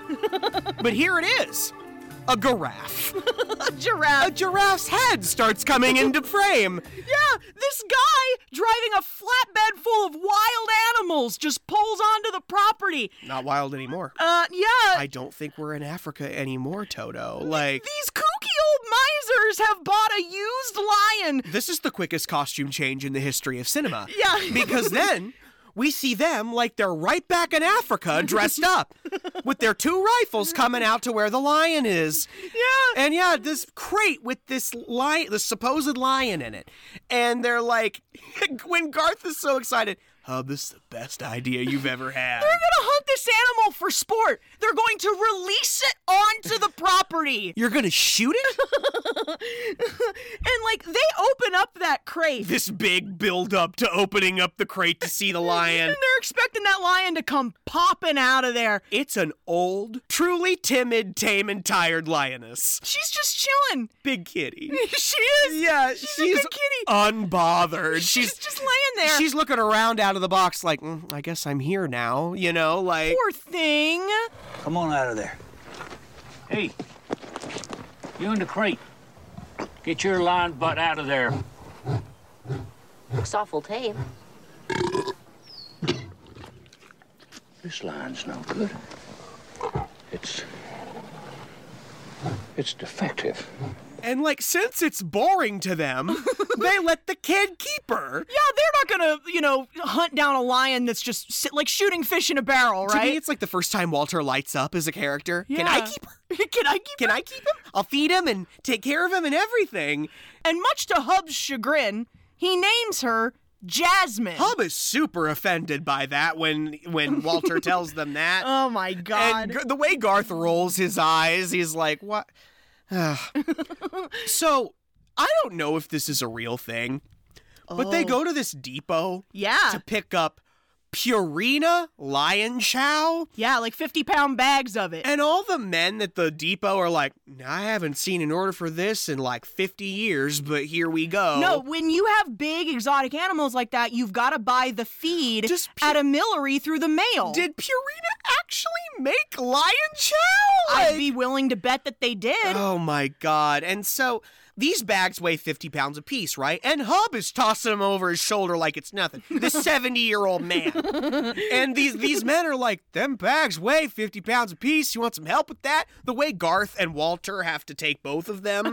but here it is. A giraffe. a giraffe. A giraffe's head starts coming into frame. Yeah, this guy driving a flatbed full of wild animals just pulls onto the property. Not wild anymore. Uh, yeah. I don't think we're in Africa anymore, Toto. Like These kooky old misers have bought a used lion. this is the quickest costume change in the history of cinema. Yeah. because then we see them like they're right back in Africa dressed up with their two rifles coming out to where the lion is. Yeah. And yeah, this crate with this lion, the supposed lion in it. And they're like, when Garth is so excited, Hub, this is the best idea you've ever had. They're gonna hunt this animal for sport. They're going to release it onto the property. You're gonna shoot it? and like they open up that crate. This big build up to opening up the crate to see the lion. and they're expecting that lion to come popping out of there. It's an old, truly timid, tame, and tired lioness. She's just chilling. Big kitty. she is. Yeah, she's, she's a good kitty. Unbothered. She's, she's just laying there. She's looking around out of the box like, "Mm, I guess I'm here now, you know, like poor thing. Come on out of there. Hey, you in the crate. Get your line butt out of there. Looks awful tame. This line's no good. It's. It's defective. And like since it's boring to them, they let the kid keep her. Yeah, they're not gonna, you know, hunt down a lion that's just sit, like shooting fish in a barrel, To me, right? it's like the first time Walter lights up as a character. Can I Yeah. keep her? Can I keep? Can I keep him? I'll feed him and take care of him and everything. And much to Hub's chagrin, he names her Jasmine. Hub is super offended by that when when Walter tells them that. Oh my god. And G- the way Garth rolls his eyes, he's like, "What?" Ugh. so, I don't know if this is a real thing, but they Oh. Ah. go to this depot, Yeah. to pick up Purina Lion Chow. Yeah, like 50 pound bags of it. And all the men at the depot are like, I haven't seen an order for this in like 50 years, but here we go. No, when you have big exotic animals like that, you've got to buy the feed at a millery through the mail. Did Purina actually make lion chow? I'd be willing to bet that they did. Oh my god. And so these bags weigh 50 pounds apiece, right? And Hub is tossing them over his shoulder like it's nothing. This 70 year old man. And these, these men are like, them bags weigh 50 pounds apiece. You want some help with that? The way Garth and Walter have to take both of them,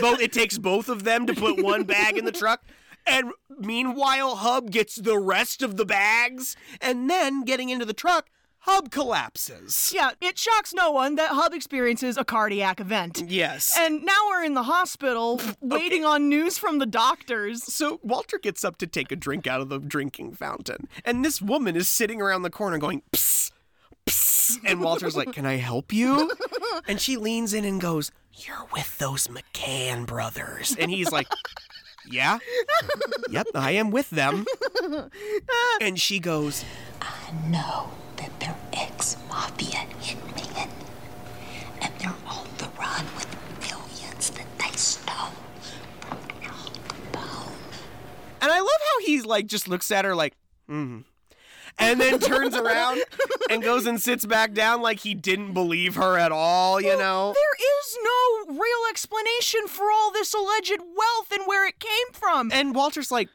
both, it takes both of them to put one bag in the truck. And meanwhile, Hub gets the rest of the bags. And then getting into the truck, Hub collapses. Yeah, it shocks no one that Hub experiences a cardiac event. Yes. And now we're in the hospital waiting on news from the doctors. So Walter gets up to take a drink out of the drinking fountain, and this woman is sitting around the corner going, psst, psst. And Walter's like, Can I help you? And she leans in and goes, You're with those McCann brothers. And he's like, Yeah. Yep, I am with them. And she goes, I know that they're ex mafia hitmen, and they're on the run with millions that they stole. And I love how he like just looks at her like, hmm. And then turns around and goes and sits back down like he didn't believe her at all, you know? There is no real explanation for all this alleged wealth and where it came from. And Walter's like,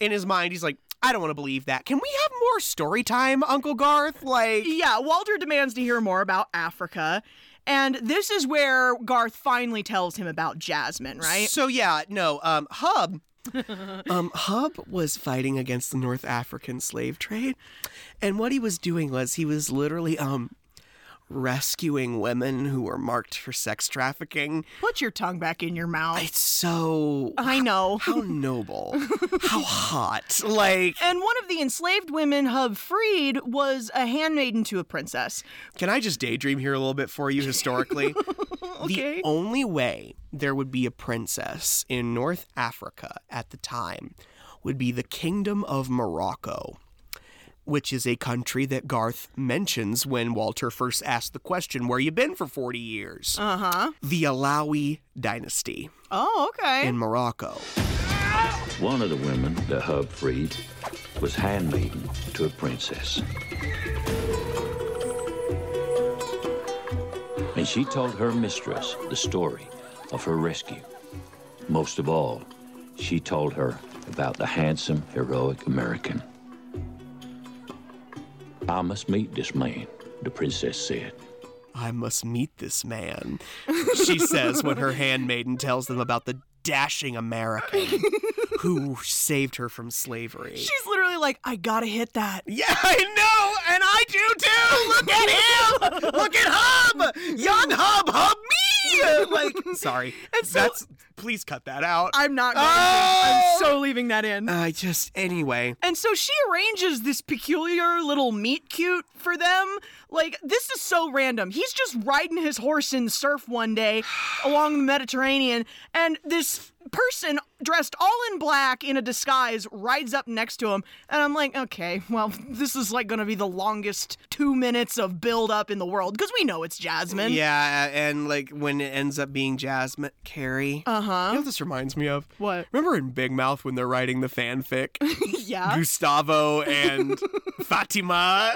in his mind, he's like, I don't want to believe that. Can we have more story time, Uncle Garth? Like, yeah, Walter demands to hear more about Africa. And this is where Garth finally tells him about Jasmine, right? So yeah, no, um, Hub. um, Hub was fighting against the North African slave trade, and what he was doing was he was literally um rescuing women who were marked for sex trafficking. Put your tongue back in your mouth. It's so I know. how noble, how hot. Like, And one of the enslaved women Hub freed was a handmaiden to a princess. can I just daydream here a little bit for you historically? The only way there would be a princess in North Africa at the time would be the Kingdom of Morocco, which is a country that Garth mentions when Walter first asked the question, Where you been for 40 years? Uh huh. The Alawi dynasty Oh, okay. in Morocco. One of the women the hub freed was handmaiden to a princess. And she told her mistress the story of her rescue. Most of all, she told her about the handsome, heroic American. I must meet this man, the princess said. I must meet this man, she says when her handmaiden tells them about the dashing American who saved her from slavery. She's literally like, I gotta hit that. Yeah, I know, and I do too. Look at him. Look at Hub. Young Hub, Hub me. Like, sorry. And so- That's please cut that out. I'm not going Oh! to. I'm so leaving that in. I just anyway. And so she arranges this peculiar little meet cute for them. Like, this is so random. He's just riding his horse in the surf one day along the Mediterranean, and this person dressed all in black in a disguise rides up next to him. And I'm like, okay, well, this is like gonna be the longest two minutes of build up in the world because we know it's Jasmine. Yeah, and like when it ends up being Jasmine Carrie. Uh You know huh. what this reminds me of? What? Remember in Big Mouth when they're writing the fanfic? Yeah. Gustavo and Fatima.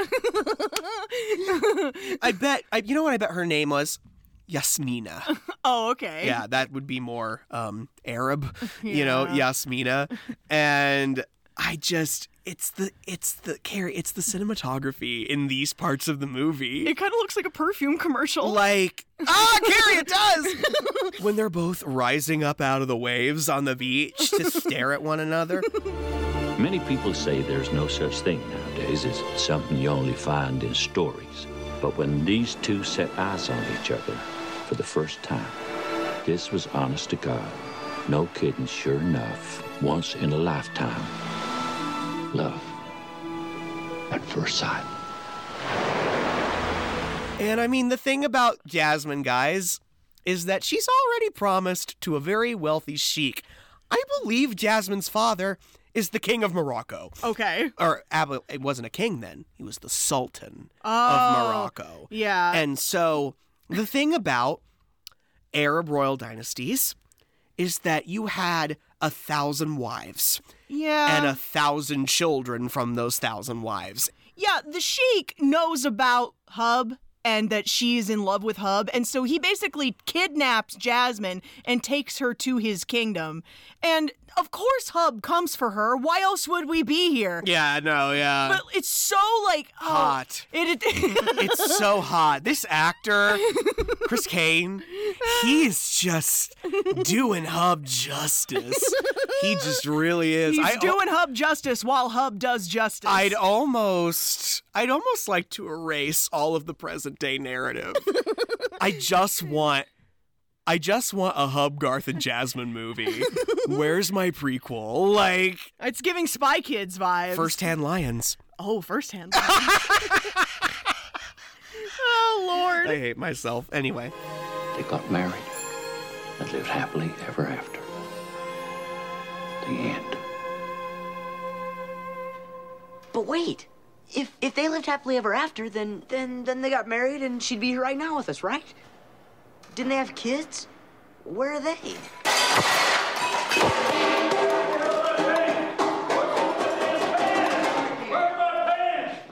I bet I, you know what I bet her name was? Yasmina. Oh, okay. Yeah, that would be more um, Arab, you know, Yasmina. And I just, it's the, it's the, Carrie, it's the cinematography in these parts of the movie. It kind of looks like a perfume commercial. Like, ah, Carrie, it does! when they're both rising up out of the waves on the beach to stare at one another. Many people say there's no such thing nowadays. It's something you only find in stories. But when these two set eyes on each other for the first time, this was honest to God. No kidding, sure enough, once in a lifetime. Love at first sight. And I mean, the thing about Jasmine, guys, is that she's already promised to a very wealthy sheik. I believe Jasmine's father is the king of Morocco. Okay. Or Ab- it wasn't a king then, he was the sultan Oh, of Morocco. Yeah. And so the thing about Arab royal dynasties is that you had a thousand wives yeah. and a thousand children from those thousand wives. Yeah, the Sheik knows about Hub and that she's in love with Hub. And so he basically kidnaps Jasmine and takes her to his kingdom. And of course, Hub comes for her. Why else would we be here? Yeah, no, yeah. But it's so like oh, Hot. It, it, it's so hot. This actor, Chris Kane, he's just doing Hub justice. He just really is. He's I al- doing Hub justice while Hub does justice. I'd almost I'd almost like to erase all of the present day narrative. I just want I just want a Hub Garth and Jasmine movie. Where's my prequel? Like It's giving Spy Kids vibes. First hand lions. Oh, first hand. oh Lord. I hate myself. Anyway. They got married and lived happily ever after. The end. But wait, if if they lived happily ever after, then then then they got married and she'd be here right now with us, right? Didn't they have kids? Where are they?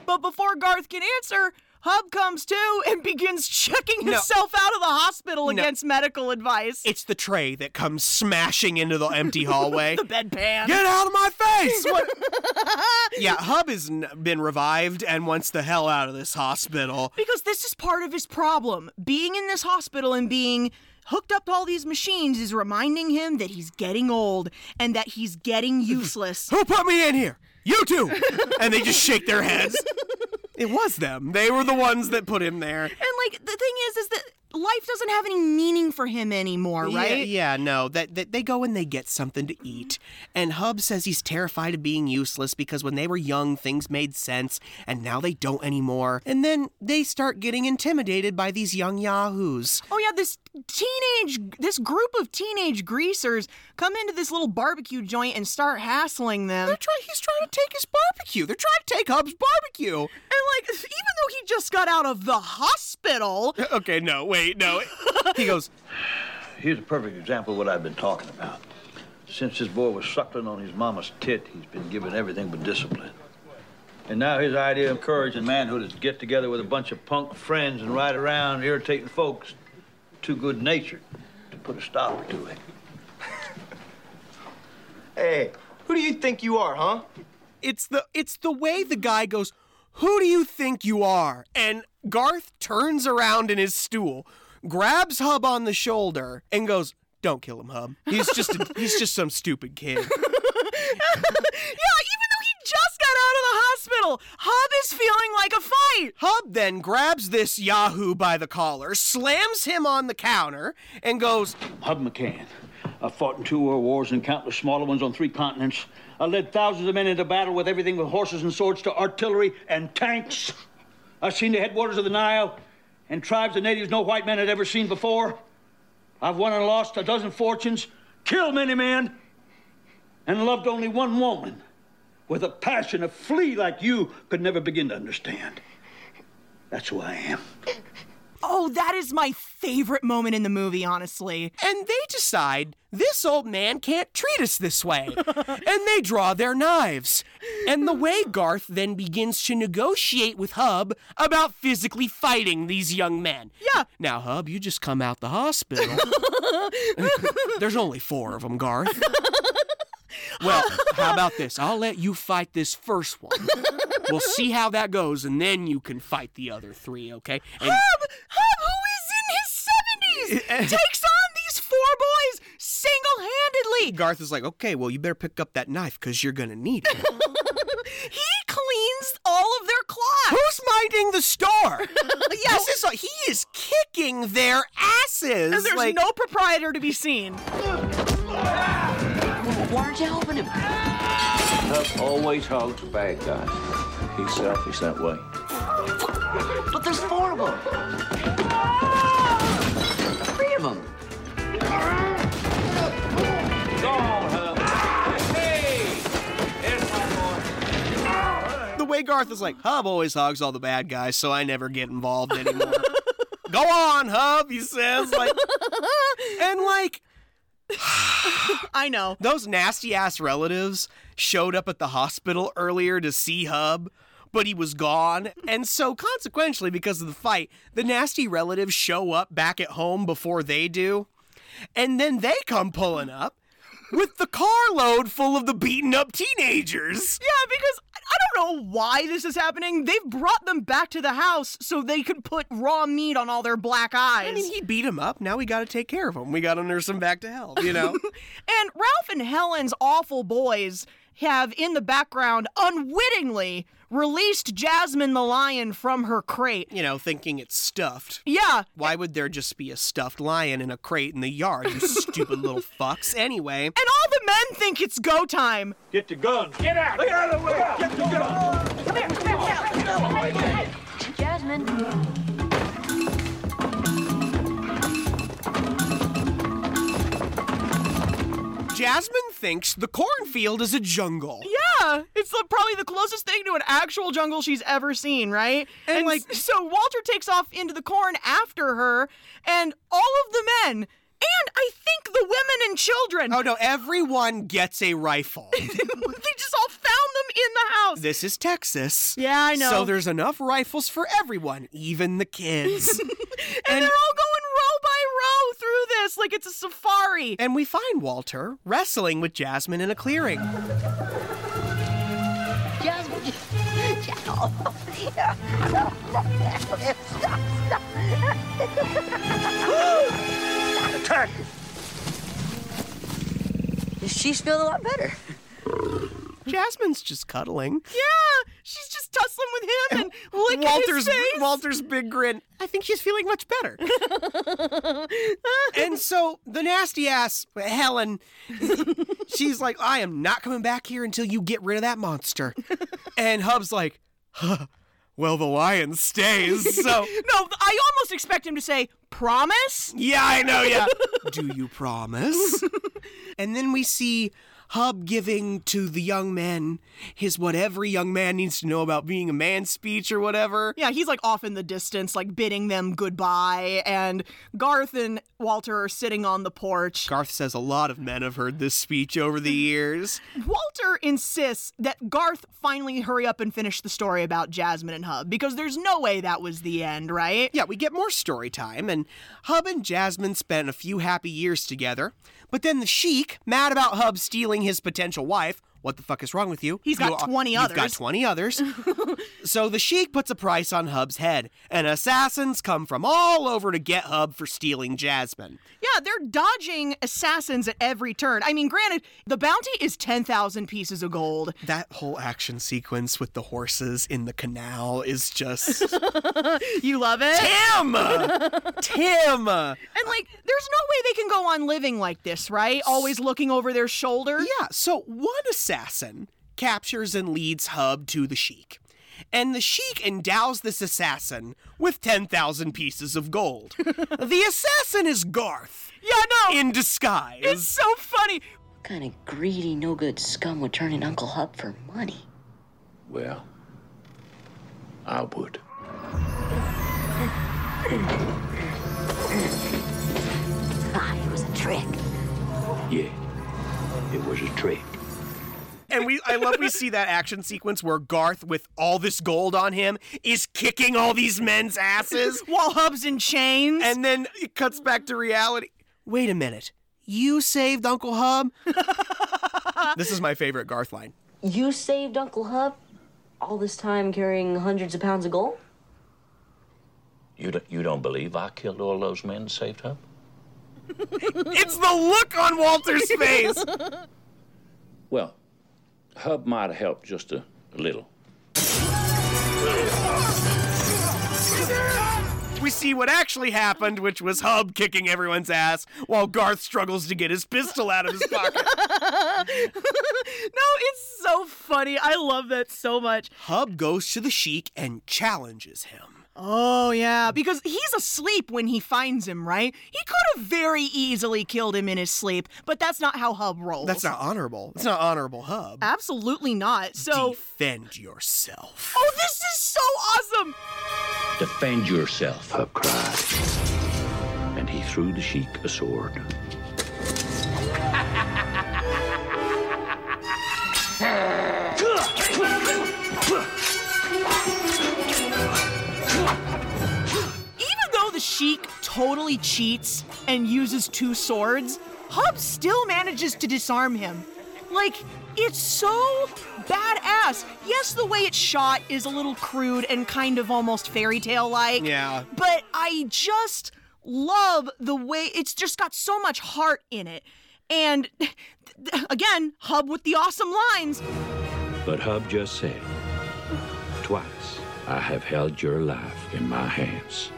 But before Garth can answer, Hub comes to and begins checking himself out of the hospital No. against medical advice. It's the tray that comes smashing into the empty hallway. the bedpan. Get out of my face! What? yeah, Hub has n- been revived and wants the hell out of this hospital. Because this is part of his problem. Being in this hospital and being hooked up to all these machines is reminding him that he's getting old and that he's Mm. getting useless. Who put me in here? You two! and they just shake their heads. It was them. They were the ones that put him there. And like the thing is, is that life doesn't have any meaning for him anymore, Yeah, right? Yeah, no. That, that they go and they get something to eat. And Hub says he's terrified of being useless because when they were young, things made sense, and now they don't anymore. And then they start getting intimidated by these young yahoos. Oh yeah, this teenage, this group of teenage greasers come into this little barbecue joint and start hassling them. They're trying. He's trying to take his barbecue. They're trying to take Hub's barbecue. And like, even though he just got out of the hospital, Okay, no, wait, no. he goes, Here's a perfect example of what I've been talking about. Since this boy was suckling on his mama's tit, he's been given everything but discipline. And now his idea of courage and manhood is to get together with a bunch of punk friends and ride around irritating folks too good natured to put a stopper to it. Hey, who do you think you are, huh? It's the it's the way the guy goes, "Who do you think you are?" And Garth turns around in his stool, grabs Hub on the shoulder, and goes, "Don't kill him, Hub. He's just a, he's just some stupid kid." yeah, even though he just got out of the hospital, Hub is feeling like a fight. Hub then grabs this Yahoo by the collar, slams him on the counter, and goes, Hub McCann. I fought in two world wars and countless smaller ones on three continents. I led thousands of men into battle with everything from horses and swords to artillery and tanks. I've seen the headwaters of the Nile and tribes the natives no white man had ever seen before. I've won and lost a dozen fortunes, killed many men, and loved only one woman with a passion a flea like you could never begin to understand. That's who I am. Oh, that is my favorite moment in the movie, honestly. and they decide this old man can't treat us this way. and they draw their knives. And the way Garth then begins to negotiate with Hub about physically fighting these young men. Yeah. Now, Hub, you just come out the hospital. There's only four of them, Garth. Well, how about this? I'll let you fight this first one. We'll see how that goes, and then you can fight the other three, okay? And Hub, Hub, who is in his 70s, takes on these four boys single handedly. Garth is like, okay, well, you better pick up that knife because you're going to need it. He cleans all of their clocks. Who's minding the store? yes. This is like, he is kicking their asses. And there's like- no proprietor to be seen. Why aren't you helping him? Hub always holds the bad guys. He's selfish that way. But there's four of them. Three of them. The way Garth is like, Hub always hogs all the bad guys, so I never get involved anymore. Go on, Hub, he says. Like, and like, I know. Those nasty ass relatives showed up at the hospital earlier to see Hub, but he was gone. And so, consequently, because of the fight, the nasty relatives show up back at home before they do. And then they come pulling up with the carload full of the beaten up teenagers. Yeah, because I- I don't know why this is happening. They've brought them back to the house so they could put raw meat on all their black eyes. I mean, he beat him up. Now we got to take care of him. We got to nurse him back to health, you know? And Ralph and Helen's awful boys have in the background unwittingly released Jasmine the lion from her crate. you know, thinking it's stuffed. Yeah. Why would there just be a stuffed lion in a crate in the yard, you stupid little fucks? Anyway. And all the men think it's go time. Get the gun. Get out! Get out of the way! Get the gun! Jasmine. Jasmine thinks the cornfield is a jungle. Yeah, it's the, probably the closest thing to an actual jungle she's ever seen, right? And, like, so Walter takes off into the corn after her, and all of the men, and I think the women and children. Oh no, everyone gets a rifle. they just all found them in the house. This is Texas. Yeah, I know. So there's enough rifles for everyone, even the kids. and, they're all going row by row through this like it's a safari. and we find Walter wrestling with Jasmine in a clearing. Jasmine. Stop, stop. Attack! She's feeling a lot better. Jasmine's just cuddling. Yeah, she's just tussling with him and licking Walter's his face. Walter's big grin. I think she's feeling much better. and so the nasty ass Helen, she's like, I am not coming back here until you get rid of that monster. And Hub's like, huh, well, the lion stays. So, no, I almost expect him to say, "Promise." yeah, I know, yeah. Do you promise? and then we see Hub giving to the young men his what every young man needs to know about being a man speech or whatever. Yeah, he's like off in the distance, like bidding them goodbye. And Garth and Walter are sitting on the porch. Garth says a lot of men have heard this speech over the years. Walter insists that Garth finally hurry up and finish the story about Jasmine and Hub because there's no way that was the end, right? Yeah, we get more story time, and Hub and Jasmine spent a few happy years together. But then the Sheik, mad about Hub stealing his potential wife, what the fuck is wrong with you? He's got 20 you've got others. 20 others. so the Sheik puts a price on Hub's head, and assassins come from all over to get Hub for stealing Jasmine. Yeah, they're dodging assassins at every turn. I mean, granted, the bounty is 10,000 pieces of gold. That whole action sequence with the horses in the canal is just. you love it? Tim! Tim! And like, there's no way they can go on living like this, right? Always looking over their shoulder. Yeah, so one assassin captures and leads Hub to the Sheik. And the Sheik endows this assassin with 10,000 pieces of gold. the assassin is Garth. Yeah, no. In disguise. It's so funny. What kind of greedy, no good scum would turn in Uncle Hub for money? Well, I would. Ah, it was a trick. Yeah, it was a trick. And we I love we see that action sequence where Garth with all this gold on him is kicking all these men's asses While Hub's in chains. and then it cuts back to reality. Wait a minute. You saved Uncle Hub? this is my favorite Garth line. You saved Uncle Hub all this time carrying hundreds of pounds of gold? You don't, you don't believe I killed all those men and saved her? It's the look on Walter's face. Well, Hub might have helped just a little. We see what actually happened, which was Hub kicking everyone's ass while Garth struggles to get his pistol out of his pocket. no, it's so funny. I love that so much. Hub goes to the Sheik and challenges him. Oh, yeah, because he's asleep when he finds him, right? He could have very easily killed him in his sleep, but that's not how Hub rolls. That's not honorable. It's not honorable, Hub. Absolutely not. So. Defend yourself. Oh, this is so awesome! Defend yourself, Hub cried. And he threw the sheik a sword. totally cheats and uses two swords, Hub still manages to disarm him. Like, it's so badass. Yes, the way it's shot is a little crude and kind of almost fairy tale like. Yeah. But I just love the way it's just got so much heart in it. And again, Hub with the awesome lines. But Hub just said, Twice I have held your life in my hands,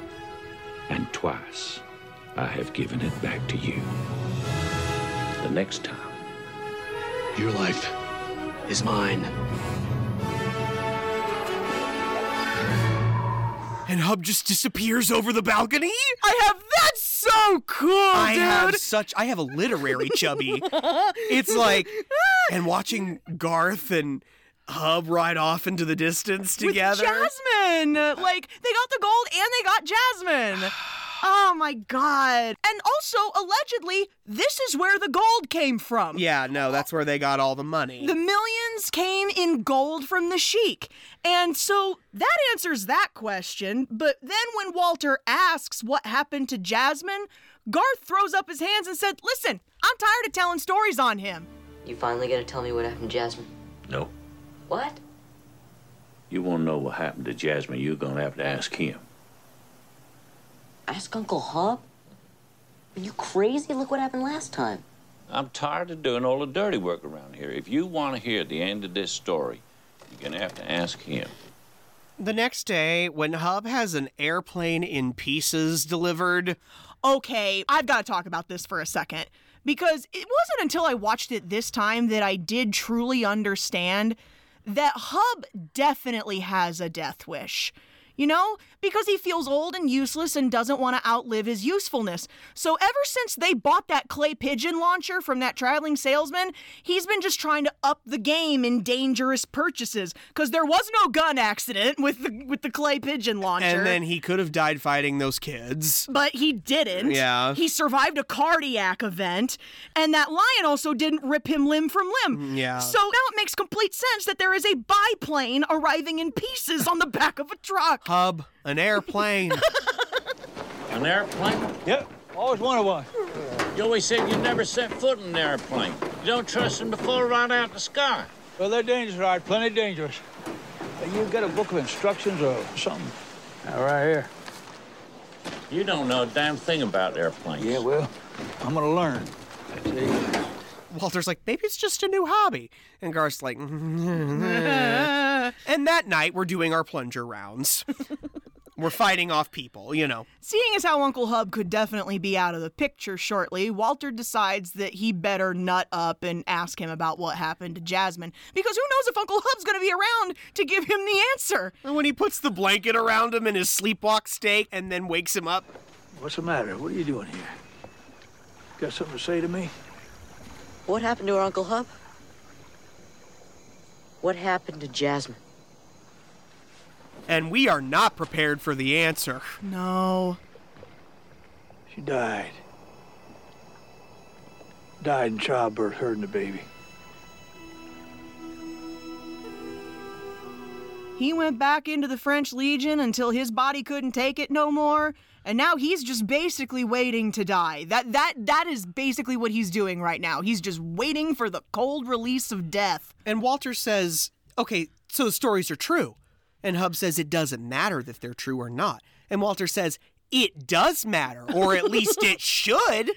and twice I have given it back to you. The next time, your life is mine. And Hub just disappears over the balcony? Oh, I have that's so cool, I dude. have such I have a literary chubby. it's like and watching Garth and Hub ride off into the distance together. With Jasmine. Like they got the gold and they got Jasmine. Oh my god. And also allegedly this is where the gold came from. yeah, no, that's where they got all the money. The millions came in gold from the sheik. And so that answers that question. But then when Walter asks what happened to Jasmine, Garth throws up his hands and said, "Listen, I'm tired of telling stories on him." You finally gonna tell me what happened to Jasmine? No. What? You want to know what happened to Jasmine, you're going to have to ask him. Ask Uncle Hub? Are you crazy? Look what happened last time. I'm tired of doing all the dirty work around here. If you want to hear the end of this story, you're going to have to ask him. The next day, when Hub has an airplane in pieces delivered, okay, I've got to talk about this for a second because it wasn't until I watched it this time that I did truly understand that Hub definitely has a death wish. You know, because he feels old and useless and doesn't want to outlive his usefulness. So, ever since they bought that clay pigeon launcher from that traveling salesman, he's been just trying to up the game in dangerous purchases because there was no gun accident with the, with the clay pigeon launcher. and then he could have died fighting those kids. But he didn't. Yeah. He survived a cardiac event, and that lion also didn't rip him limb from limb. Mm, Yeah. So now it makes complete sense that there is a biplane arriving in pieces on the back of a truck. Hub, an airplane. An airplane? Yep. Always wanted one. You always said you'd never set foot in an airplane. You don't trust them to fall right out the sky. Well, they're dangerous, all right. Plenty dangerous. You got a book of instructions or something? right here. You don't know a damn thing about airplanes. Yeah, well, I'm gonna learn. Walter's like, maybe it's just a new hobby. And Garth's like, "Mm-hmm." and that night we're doing our plunger rounds. we're fighting off people, you know. Seeing as how Uncle Hub could definitely be out of the picture shortly, Walter decides that he better nut up and ask him about what happened to Jasmine, because who knows if Uncle Hub's going to be around to give him the answer. And when he puts the blanket around him in his sleepwalk state and then wakes him up. What's the matter? What are you doing here? Got something to say to me? What happened to her Uncle Hub? What happened to Jasmine? And we are not prepared for the answer. No. She died. Died in childbirth, her and the baby. He went back into the French Legion until his body couldn't take it no more, and now he's just basically waiting to die. That that that is basically what he's doing right now. He's just waiting for the cold release of death. And Walter says, okay, so the stories are true. And Hub says it doesn't matter if they're true or not. And Walter says, it does matter, or at least it should. Well, this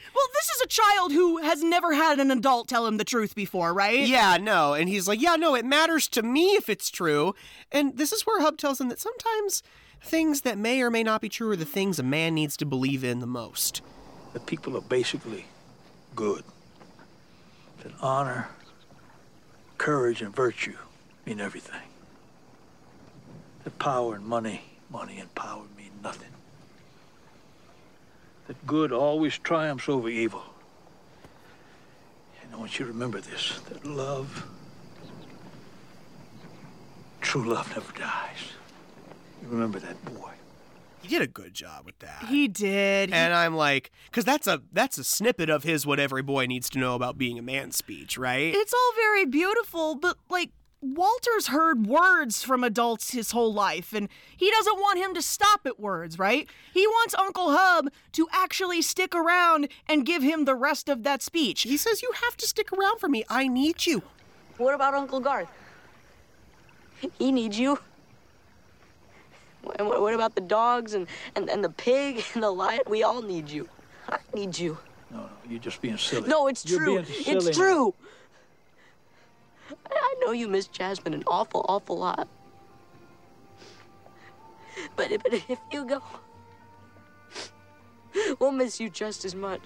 is a child who has never had an adult tell him the truth before, right? Yeah, no. And he's like, yeah, no, it matters to me if it's true. And this is where Hub tells him that sometimes things that may or may not be true are the things a man needs to believe in the most. The people are basically good. That honor, courage, and virtue mean everything. That power and money, money and power mean nothing. That good always triumphs over evil. And I want you to remember this that love, true love never dies. You remember that boy. He did a good job with that. He did. And I'm like, because that's a that's a snippet of his what every boy needs to know about being a man speech, right? It's all very beautiful, but like Walter's heard words from adults his whole life, and he doesn't want him to stop at words, right? He wants Uncle Hub to actually stick around and give him the rest of that speech. He says, You have to stick around for me. I need you. What about Uncle Garth? He needs you. Wh- wh- What about the dogs and, and, and the pig and the lion? We all need you. I need you. You're just being silly. No, it's You're true. being silly. It's true. I, I know you miss Jasmine an awful, awful lot. But, but if you go, we'll miss you just as much.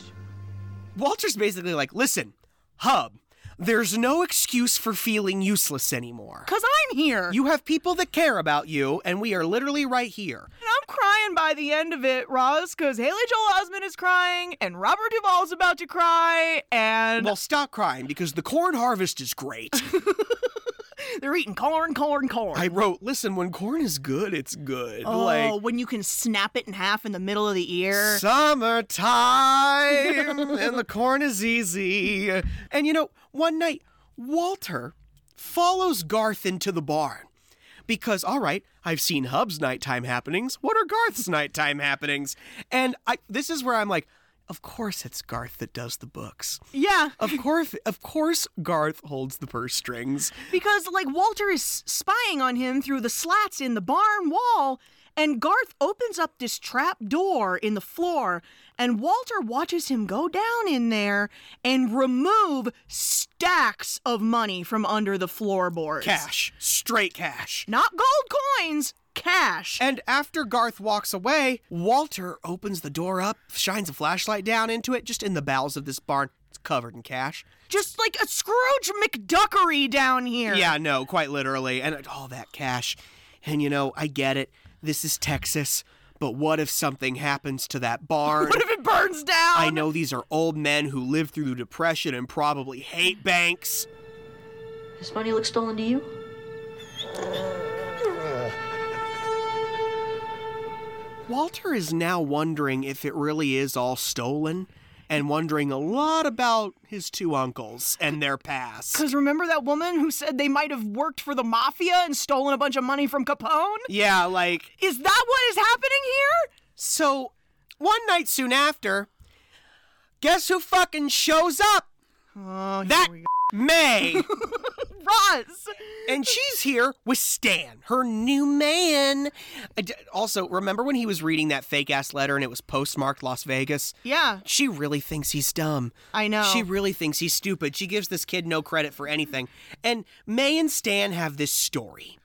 Walter's basically like, Listen, Hub, there's no excuse for feeling useless anymore. Because I'm here. You have people that care about you, and we are literally right here. And I'm crying by the end of it, Roz, because Haley Joel Osment is crying, and Robert Duvall's about to cry, and. Well, stop crying because the corn harvest is great. They're eating corn, corn, corn. I wrote, Listen, when corn is good, it's good. Oh, like, when you can snap it in half in the middle of the ear. summertime and the corn is easy. And you know, one night, Walter follows Garth into the barn. Because, all right, I've seen Hub's nighttime happenings. What are Garth's nighttime happenings? And I, this is where I'm like, of course it's Garth that does the books. Yeah. Of course, of course Garth holds the purse strings. Because, like, Walter is spying on him through the slats in the barn wall, and Garth opens up this trap door in the floor, and Walter watches him go down in there and remove stacks of money from under the floorboards. Cash. Straight cash. Not gold coins, cash. And after Garth walks away, Walter opens the door up, shines a flashlight down into it, just in the bowels of this barn. It's covered in cash. Just like a Scrooge McDuckery down here. Yeah, no, quite literally. And all that cash. And you know, I get it. This is Texas. But what if something happens to that barn? What if it burns down? I know these are old men who lived through the Depression and probably hate banks. Does money look stolen to you? Walter is now wondering if it really is all stolen and wondering a lot about his two uncles and their past. Because remember that woman who said they might have worked for the mafia and stolen a bunch of money from Capone? Yeah, like. Is that what is happening here? So, one night soon after, guess who fucking shows up? Oh, that May! Roz! and she's here with Stan, her new man. I d- Also, remember when he was reading that fake ass letter and it was postmarked Las Vegas? Yeah. She really thinks he's dumb. I know. She really thinks he's stupid. She gives this kid no credit for anything. And May and Stan have this story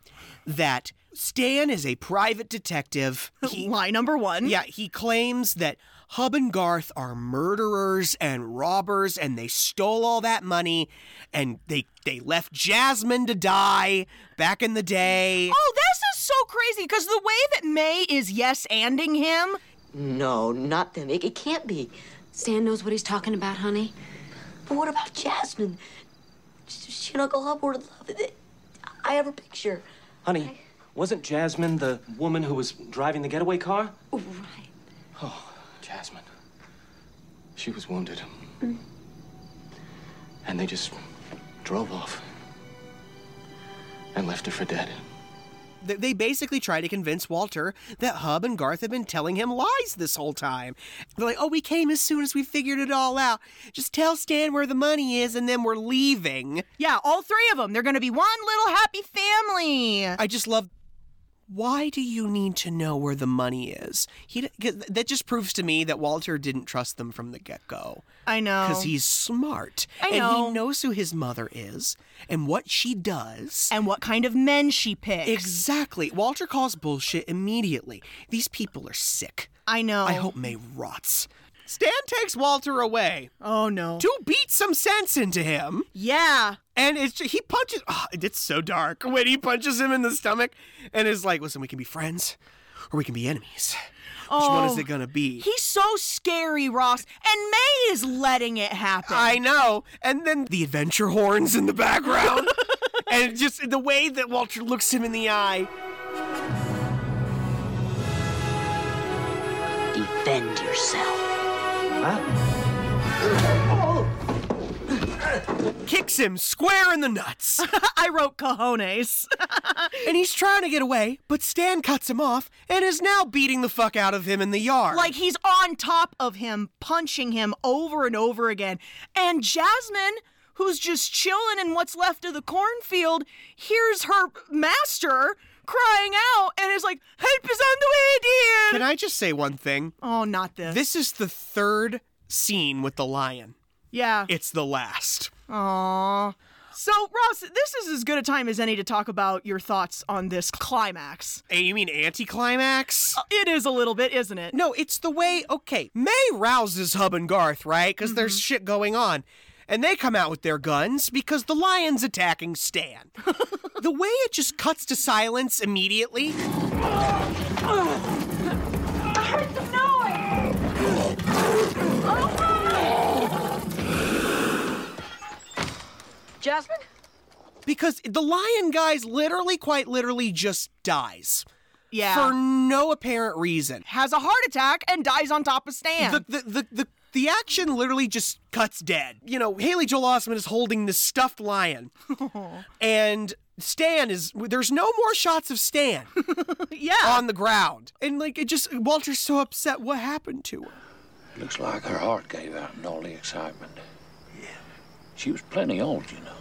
that Stan is a private detective. Lie number one. Yeah, he claims that Hub and Garth are murderers and robbers, and they stole all that money, and they they left Jasmine to die back in the day. Oh, this is so crazy because the way that May is yes anding him. No, not them. It, it can't be. Stan knows what he's talking about, honey. But what about Jasmine? She she and Uncle Hub were in love. It- I have her picture. Honey, wasn't Jasmine the woman who was driving the getaway car? Right. Oh, Jasmine. She was wounded. Mm. And they just drove off and left her for dead. They- They basically try to convince Walter that Hub and Garth have been telling him lies this whole time. They're like, "Oh, we came as soon as we figured it all out. Just tell Stan where the money is, and then we're leaving." Yeah, all three of them. They're going to be one little happy family. I just love. Why do you need to know where the money is? He d- 'cause th- that just proves to me that Walter didn't trust them from the get-go. I know. Because he's smart. I And know. he knows who his mother is and what she does. And what kind of men she picks. Exactly. Walter calls bullshit immediately. These people are sick. I know. I hope May rots. Stan takes Walter away. Oh, no. To beat some sense into him. Yeah. And it's ju- he punches. ah, it's so dark when he punches him in the stomach and is like, listen, we can be friends or we can be enemies. Which one is Oh. it going to be? He's so scary, Ross. And May is letting it happen. I know. And then the adventure horns in the background. and just the way that Walter looks him in the eye. Defend yourself. Huh? Kicks him square in the nuts. I wrote cojones. and he's trying to get away, but Stan cuts him off and is now beating the fuck out of him in the yard. Like he's on top of him, punching him over and over again. And Jasmine, who's just chilling in what's left of the cornfield, hears her master crying out and is like, Help is on the way, dear. Can I just say one thing? Oh, not this. This is the third scene with the lion. Yeah. It's the last. Aww. So, Ross, this is as good a time as any to talk about your thoughts on this climax. Hey, you mean anticlimax? It is a little bit, isn't it? No, it's the way, okay, May rouses Hub and Garth, right? Because there's shit going on. And they come out with their guns because the lion's attacking Stan. the way it just cuts to silence immediately. Jasmine? Because the lion guys literally, quite literally, just dies. Yeah. For no apparent reason. Has a heart attack and dies on top of Stan. The, the, the, the, the action literally just cuts dead. You know, Haley Joel Osment is holding this stuffed lion, and Stan is. There's no more shots of Stan. yeah. On the ground. And, like, it just. Walter's so upset. What happened to her? Looks like her heart gave out in all the excitement. Yeah. She was plenty old, you know.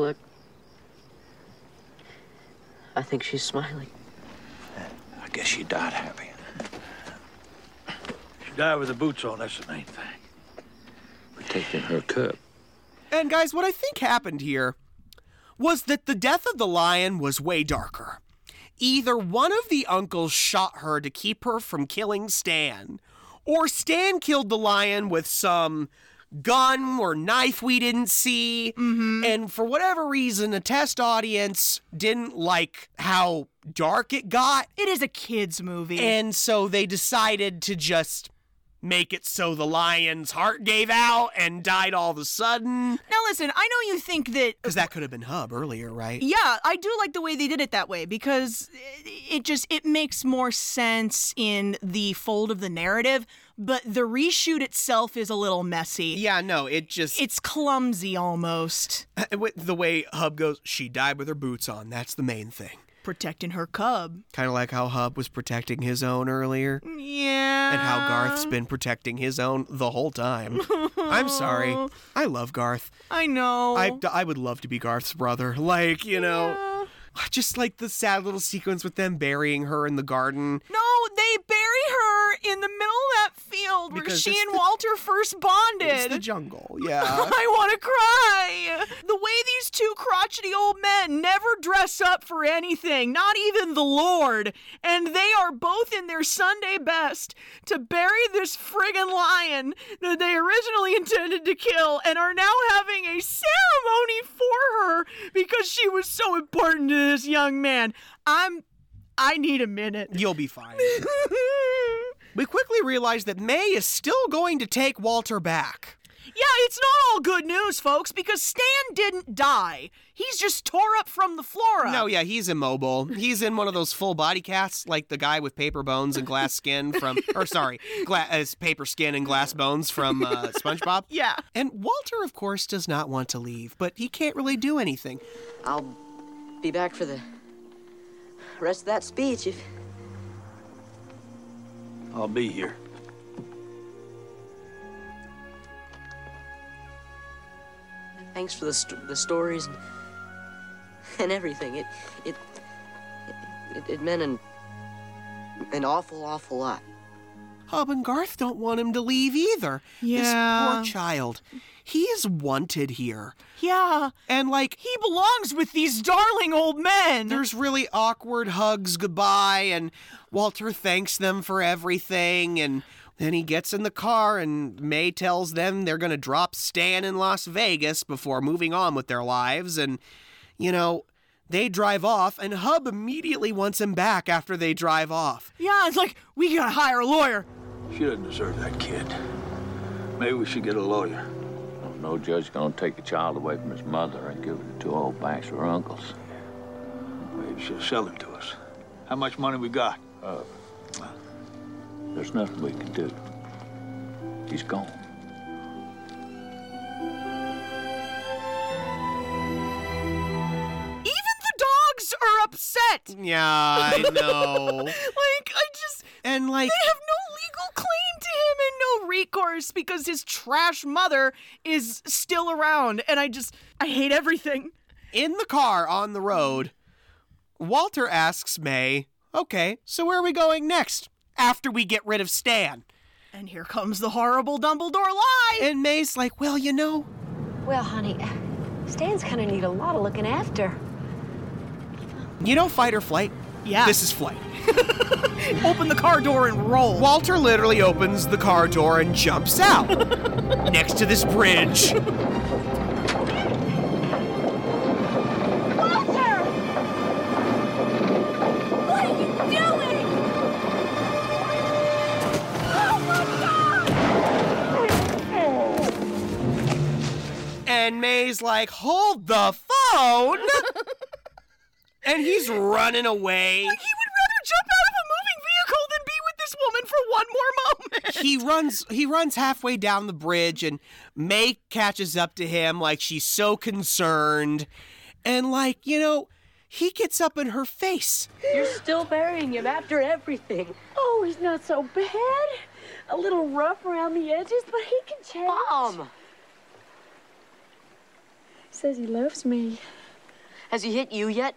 Look. I think she's smiling. I guess she died happy. She died with her boots on. That's the main thing. We're taking her cup. And guys, what I think happened here was that the death of the lion was way darker. Either one of the uncles shot her to keep her from killing Stan, or Stan killed the lion with some gun or knife we didn't see. And for whatever reason, the test audience didn't like how dark it got. It is a kids' movie. And so they decided to just make it so the lion's heart gave out and died all of a sudden. Now, listen, I know you think that. Because that could have been Hub earlier, right? Yeah, I do like the way they did it that way because it, it just it makes more sense in the fold of the narrative, but the reshoot itself is a little messy. Yeah, no, it just it's clumsy almost. With the way Hub goes, she died with her boots on. That's the main thing. Protecting her cub. Kind of like how Hub was protecting his own earlier. Yeah. And how Garth's been protecting his own the whole time. I'm sorry. I love Garth. I know. I, I would love to be Garth's brother. Like, you know, just like the sad little sequence with them burying her in the garden. No, they bury her in the middle of that field where Because she it's and the- Walter first bonded. It's the jungle, yeah. I want to cry. The way these two crotchety old men never dress up for anything, not even the Lord, and they are both in their Sunday best to bury this friggin' lion that they originally intended to kill and are now having a ceremony for her because she was so important to this young man. I'm. I need a minute. You'll be fine. we quickly realize that May is still going to take Walter back. Yeah, it's not all good news, folks, because Stan didn't die. He's just tore up from the flora. No, yeah, he's immobile. He's in one of those full body casts, like the guy with paper bones and glass skin from, or sorry, gla- uh, paper skin and glass bones from uh, SpongeBob. Yeah. And Walter, of course, does not want to leave, but he can't really do anything. I'll be back for the rest of that speech if. I'll be here. Thanks for the, st- the stories and, and everything. It, it it it meant an an awful awful lot. Hub and Garth don't want him to leave either. This Yeah. poor child. He is wanted here. Yeah. And like he belongs with these darling old men. There's really awkward hugs goodbye and Walter thanks them for everything and then he gets in the car and May tells them they're going to drop Stan in Las Vegas before moving on with their lives and you know they drive off and Hub immediately wants him back after they drive off. Yeah, it's like we gotta hire a lawyer. She doesn't deserve that kid. Maybe we should get a lawyer. No judge gonna take a child away from his mother and give it to two old banks or uncles. Maybe she'll sell him to us. How much money we got? Uh, there's nothing we can do. He's gone. shit. Yeah, I know. like I just and like they have no legal claim to him and no recourse because his trash mother is still around and I just I hate everything. In the car on the road, Walter asks May, "Okay, so where are we going next after we get rid of Stan?" And here comes the horrible Dumbledore lie. And May's like, "Well, you know, Well, honey, Stan's gonna need a lot of looking after. you know fight or flight? Yeah. This is flight." Open the car door and roll. Walter literally opens the car door and jumps out next to this bridge. And May's like, hold the phone! and he's running away. He would rather jump out of a moving vehicle than be with this woman for one more moment. he runs he runs halfway down the bridge and May catches up to him like she's so concerned. And like, you know, he gets up in her face. You're still burying him after everything. Oh, he's not so bad. A little rough around the edges, but he can change. Mom! Says he loves me. Has he hit you yet?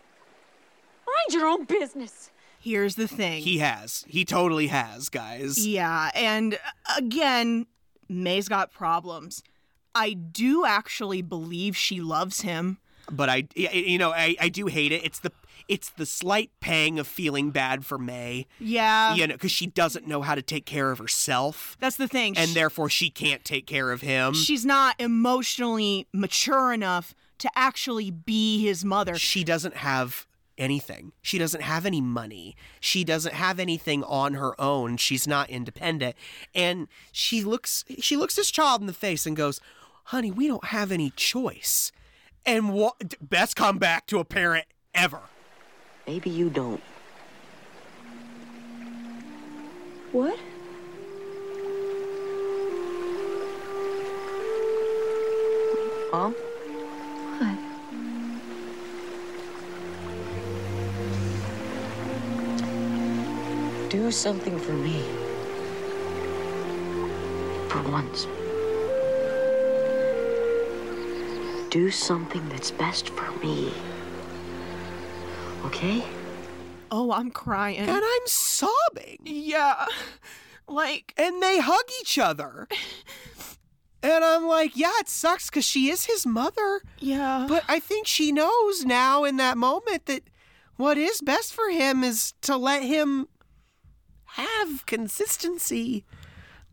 Mind your own business. Here's the thing. He has. He totally has, guys. Yeah, and uh, again, May's got problems. I do actually believe she loves him. But I y- you know, I, I do hate it. It's the it's the slight pang of feeling bad for May. Yeah. You know, cuz she doesn't know how to take care of herself That's the thing. and She- therefore she can't take care of him. she's not emotionally mature enough to actually be his mother. She doesn't have anything. She doesn't have any money. She doesn't have anything on her own. She's not independent. And she looks she looks this child in the face and goes, "Honey, we don't have any choice." And what best comeback to a parent ever. Maybe you don't. What? Mom? What? Do something for me. For once. Do something that's best for me. Okay? Oh, I'm crying. And I'm sobbing. Yeah. Like and they hug each other. And I'm like, yeah, it sucks because she is his mother. Yeah. But I think she knows now in that moment that what is best for him is to let him have consistency.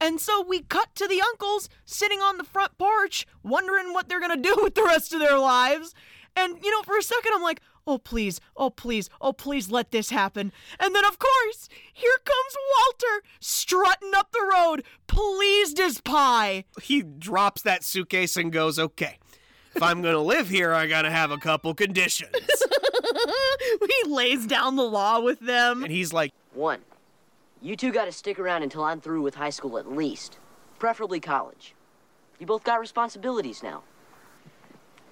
And so we cut to the uncles sitting on the front porch, wondering what they're going to do with the rest of their lives. And, you know, for a second, I'm like, oh, please, oh, please, oh, please let this happen. And then, of course, here comes Walter strutting up the road, pleased as pie. He drops that suitcase and goes, okay, if I'm going to live here, I got to have a couple conditions. he lays down the law with them. And he's like, One, you two gotta stick around until I'm through with high school at least, preferably college. You both got responsibilities now.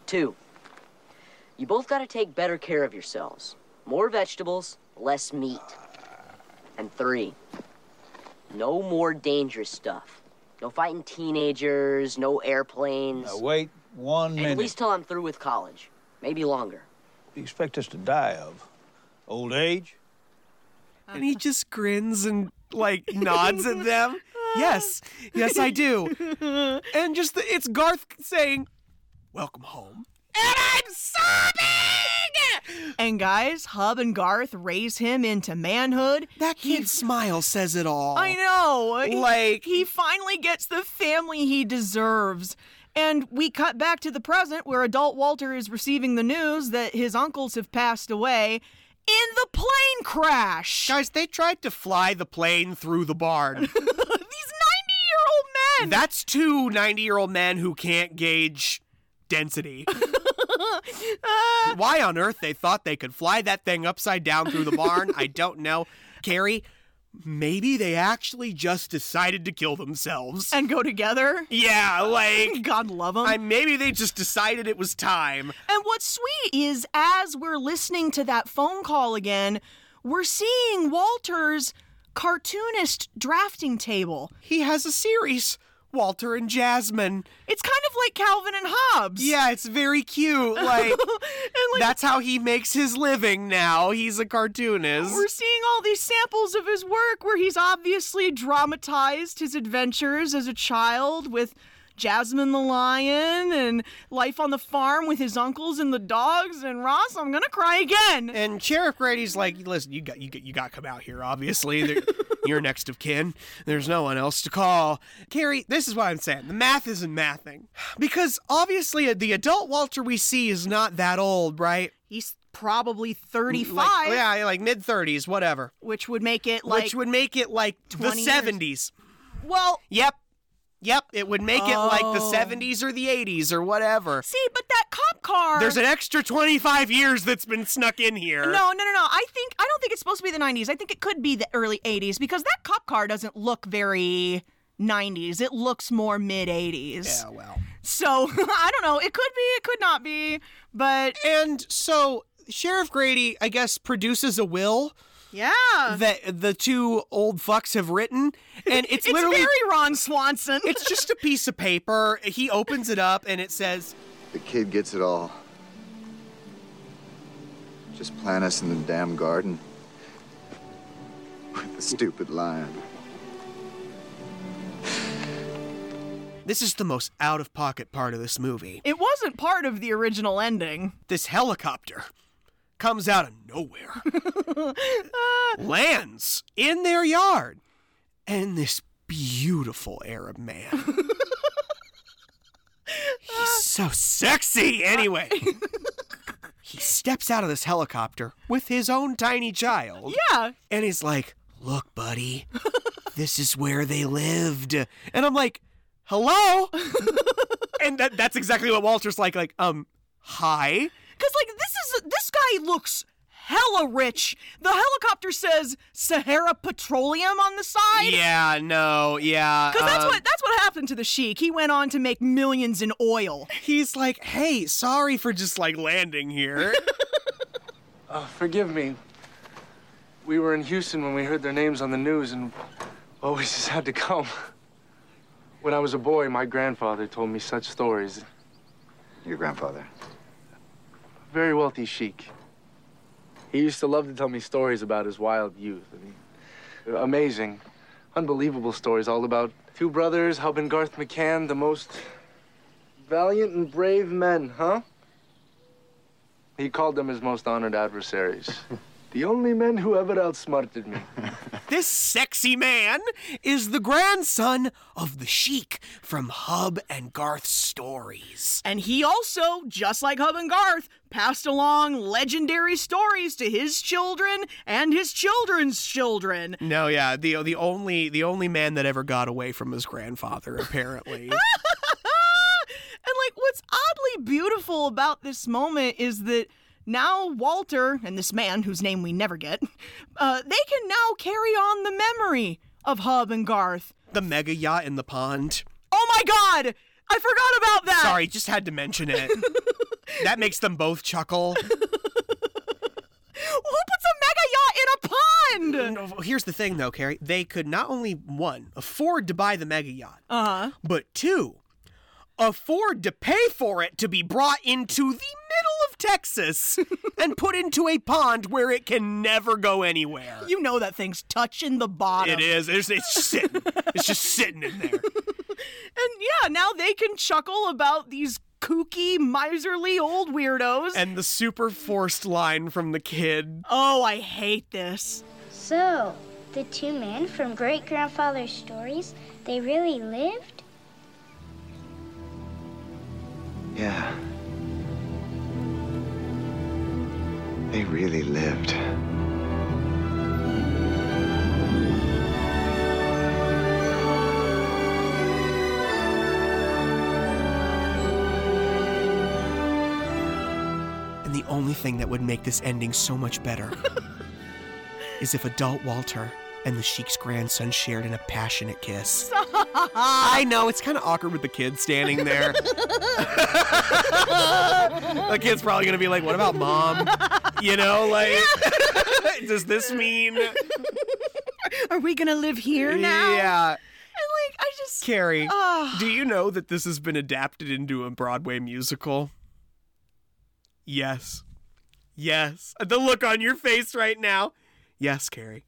Two, you both gotta take better care of yourselves. More vegetables, less meat. And three, no more dangerous stuff. No fighting teenagers, no airplanes. Now, wait one At minute. least till I'm through with college. Maybe longer. You expect us to die of old age? and he just grins and like nods at them. Yes, yes, I do. And just the, it's Garth saying, "Welcome home." I'm sobbing! And guys, Hub and Garth raise him into manhood. That kid's smile says it all. I know. He- Like- he finally gets the family he deserves. And we cut back to the present where adult Walter is receiving the news that his uncles have passed away in the plane crash. Guys, they tried to fly the plane through the barn. Year old man. That's two 90 year old men who can't gauge density. Why on earth they thought they could fly that thing upside down through the barn, I don't know. Carrie, maybe they actually just decided to kill themselves. And go together? Yeah, like. God love them. I, maybe they just decided it was time. And what's sweet is as we're listening to that phone call again, we're seeing Walter's cartoonist drafting table. He has a series. Walter and Jasmine. It's kind of like Calvin and Hobbes. Yeah, it's very cute. Like, like- that's how he makes his living now. He's a cartoonist. We're seeing all these samples of his work where he's obviously dramatized his adventures as a child with Jasmine the lion and life on the farm with his uncles and the dogs and Ross, I'm gonna cry again. And Sheriff Grady's like, listen, you got you got you got to come out here. Obviously, There- you're next of kin. There's no one else to call. Carrie, this is what I'm saying. The math isn't mathing because obviously uh, the adult Walter we see is not that old, right? He's probably 35, Like, oh, yeah, like mid 30s, whatever. which would make it like Which would make it like the 20 years. 70s. well. Yep. Yep, it would make it like the Oh. 70s or the 80s or whatever. See, but that cop car. There's an extra 25 years that's been snuck in here. No, no, no, no. I think I don't think it's supposed to be the 90s. I think it could be the early 80s because that cop car doesn't look very 90s. It looks more mid 80s. Yeah, well. So, I don't know. It could be, it could not be, but And so Sheriff Grady, I guess, produces a will yeah. that the two old fucks have written, and it's, It's literally very Ron Swanson. it's just a piece of paper. He opens it up, and it says, The kid gets it all. Just plant us in the damn garden with the stupid lion. "This is the most out of pocket part of this movie. It wasn't part of the original ending. This helicopter comes out of nowhere, lands in their yard, and this beautiful Arab man." He's so sexy. Anyway, he steps out of this helicopter with his own tiny child. Yeah. And he's like, Look, buddy, this is where they lived. And I'm like, Hello? and that, that's exactly what Walter's like, like, um, hi. Cuz like this is this guy looks hella rich. The helicopter says Sahara Petroleum on the side. Yeah, no, yeah. Because that's um, what that's what happened to the Sheik. He went on to make millions in oil. He's like, hey, sorry for just like landing here. Oh, forgive me. We were in Houston when we heard their names on the news, and well, we just had to come. When I was a boy, my grandfather told me such stories. Your grandfather? Very wealthy sheik. He used to love to tell me stories about his wild youth. I mean, amazing, unbelievable stories all about two brothers, Hub and Garth McCann, the most valiant and brave men, huh? He called them his most honored adversaries. the only men who ever outsmarted me. this sexy man is the grandson of the Sheik from Hub and Garth Stories. And he also, just like Hub and Garth, passed along legendary stories to his children and his children's children. No, yeah, the the only the only man that ever got away from his grandfather apparently. And like what's oddly beautiful about this moment is that now Walter and this man whose name we never get, uh, they can now carry on the memory of Hub and Garth. the mega yacht in the pond. Oh my god! I forgot about that. Sorry, just had to mention it. that makes them both chuckle. Who puts a mega yacht in a pond? No, Here's the thing though, Carrie, they could not only one afford to buy the mega yacht, uh-huh. but two afford to pay for it to be brought into the middle of Texas and put into a pond where it can never go anywhere. You know that thing's touching the bottom. It is. It's, it's sitting. It's just sitting in there. And yeah, now they can chuckle about these kooky, miserly old weirdos. And the super forced line from the kid. oh, I hate this. So, the two men from great grandfather's stories, they really lived? Yeah. They really lived. And the only thing that would make this ending so much better is if adult Walter and the sheik's grandson shared in a passionate kiss. I know, it's kind of awkward with the kid standing there. the kid's probably going to be like, What about mom? You know, like, does this mean. Are we gonna live here now? Yeah. And like, I just Carrie, Ah. do you know that this has been adapted into a Broadway musical? Yes. Yes. The look on your face right now. Yes, Carrie.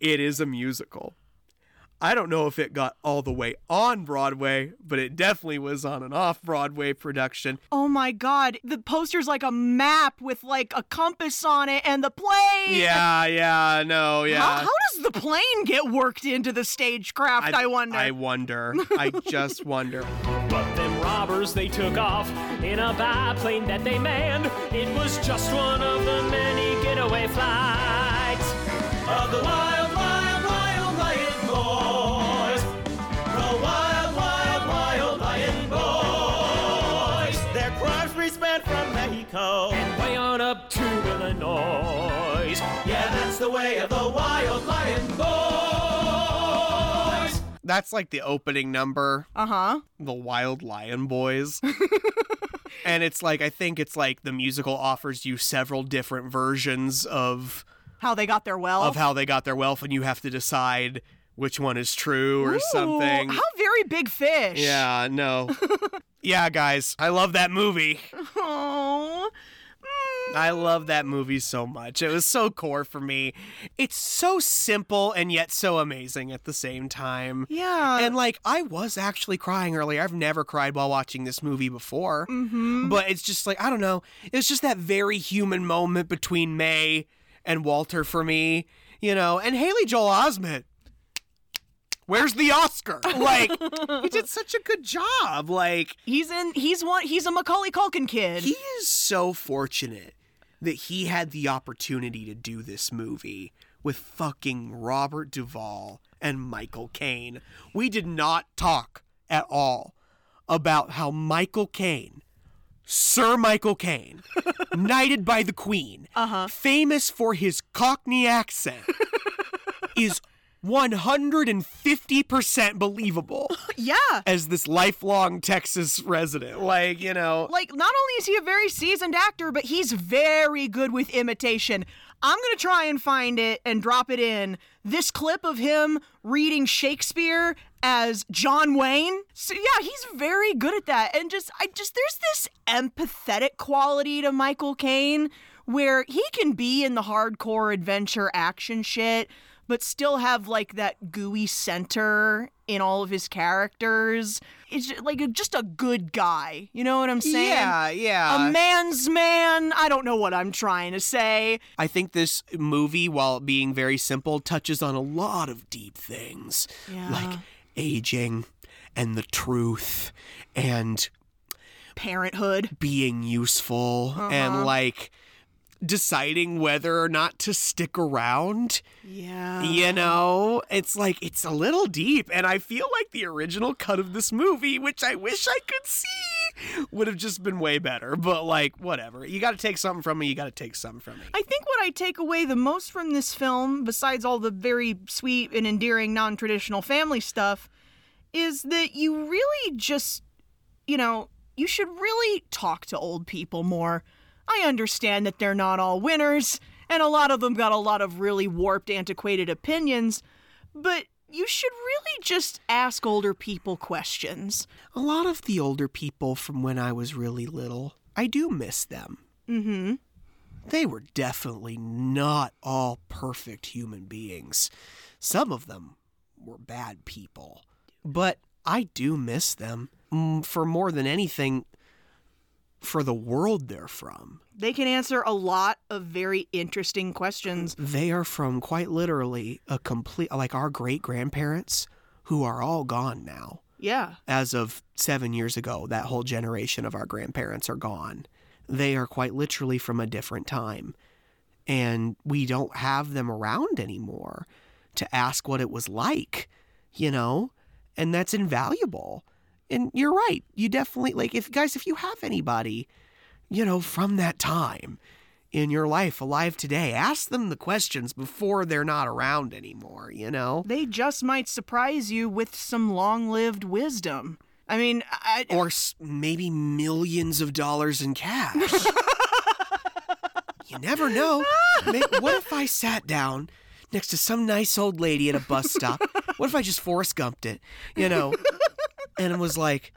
It is a musical. I don't know if it got all the way on Broadway, but it definitely was on an off Broadway production. Oh my god, the poster's like a map with like a compass on it and the plane. Yeah, yeah, no, yeah. How, how does the plane get worked into the stagecraft, I, wonder? I wonder. I just wonder. But them robbers, they took off in a biplane that they manned. It was just one of the many getaway flights of the wild, wild, wild lion boys. The wild, wild, wild lion boys. Their crimes we spent from Mexico and way on up to Illinois. Yeah, that's the way of the wild lion boys. That's like the opening number. Uh huh. The Wild Lion Boys. and it's like, I think it's like the musical offers you several different versions of how they got their wealth. of how they got their wealth, and you have to decide which one is true or Ooh, something. How very big fish. Yeah, no. yeah, guys, I love that movie. Oh. I love that movie so much. It was so core for me. It's so simple and yet so amazing at the same time. Yeah. And like, I was actually crying earlier. I've never cried while watching this movie before. Mhm. But it's just like, I don't know. It's just that very human moment between May and Walter for me, you know, and Haley Joel Osment. Where's the Oscar? Like, he did such a good job. Like he's in he's one he's a Macaulay Culkin kid. he is so fortunate that he had the opportunity to do this movie with fucking Robert Duvall and Michael Caine. We did not talk at all about how Michael Caine, Sir Michael Caine, knighted by the Queen, famous for his Cockney accent, is 150% believable yeah. as this lifelong Texas resident. Like, you know. Like, not only is he a very seasoned actor, but he's very good with imitation. I'm gonna try and find it and drop it in. This clip of him reading Shakespeare as John Wayne. So yeah, he's very good at that. And just I just there's this empathetic quality to Michael Caine where he can be in the hardcore adventure action shit, but still have like that gooey center in all of his characters. It's ju- like just a good guy. You know what I'm saying? Yeah, yeah. A man's man. I don't know what I'm trying to say. I think this movie, while being very simple, touches on a lot of deep things Yeah. like aging and the truth and parenthood, being useful, Uh-huh. and like deciding whether or not to stick around. Yeah. You know, it's like it's a little deep, and I feel like the original cut of this movie, which I wish I could see, would have just been way better. But like, whatever. You got to take something from me. You got to take something from me. I think what I take away the most from this film, besides all the very sweet and endearing non traditional family stuff, is that you really just, you know, you should really talk to old people more. I understand that they're not all winners, and a lot of them got a lot of really warped, antiquated opinions, but you should really just ask older people questions. A lot of the older people from when I was really little, I do miss them. Mm hmm. They were definitely not all perfect human beings. Some of them were bad people. But I do miss them Mm, for more than anything, for the world they're from. They can answer a lot of very interesting questions. They are from quite literally a complete, like our great grandparents, who are all gone now. Yeah. as of seven years ago, that whole generation of our grandparents are gone. They are quite literally from a different time. And we don't have them around anymore to ask what it was like, you know? And that's invaluable. And you're right. You definitely, like, if guys, if you have anybody, you know, from that time, in your life alive today. Ask them the questions before they're not around anymore, you know? They just might surprise you with some long lived wisdom. I mean, I. Or s- maybe millions of dollars in cash. you never know. May- What if I sat down next to some nice old lady at a bus stop? What if I just Forrest Gumped it, you know? And it was like,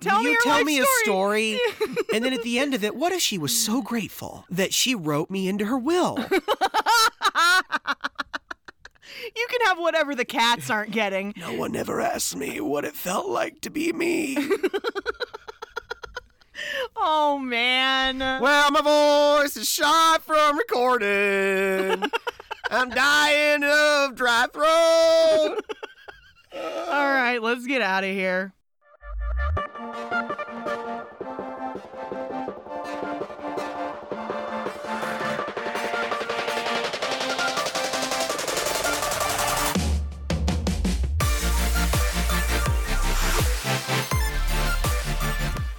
Tell you me your tell life me a story. and then at the end of it, what if she was so grateful that she wrote me into her will? You can have whatever the cats aren't getting. No one ever asked me what it felt like to be me. Oh, man. Well, my voice is shot from recording. I'm dying of dry throat. All right, let's get out of here.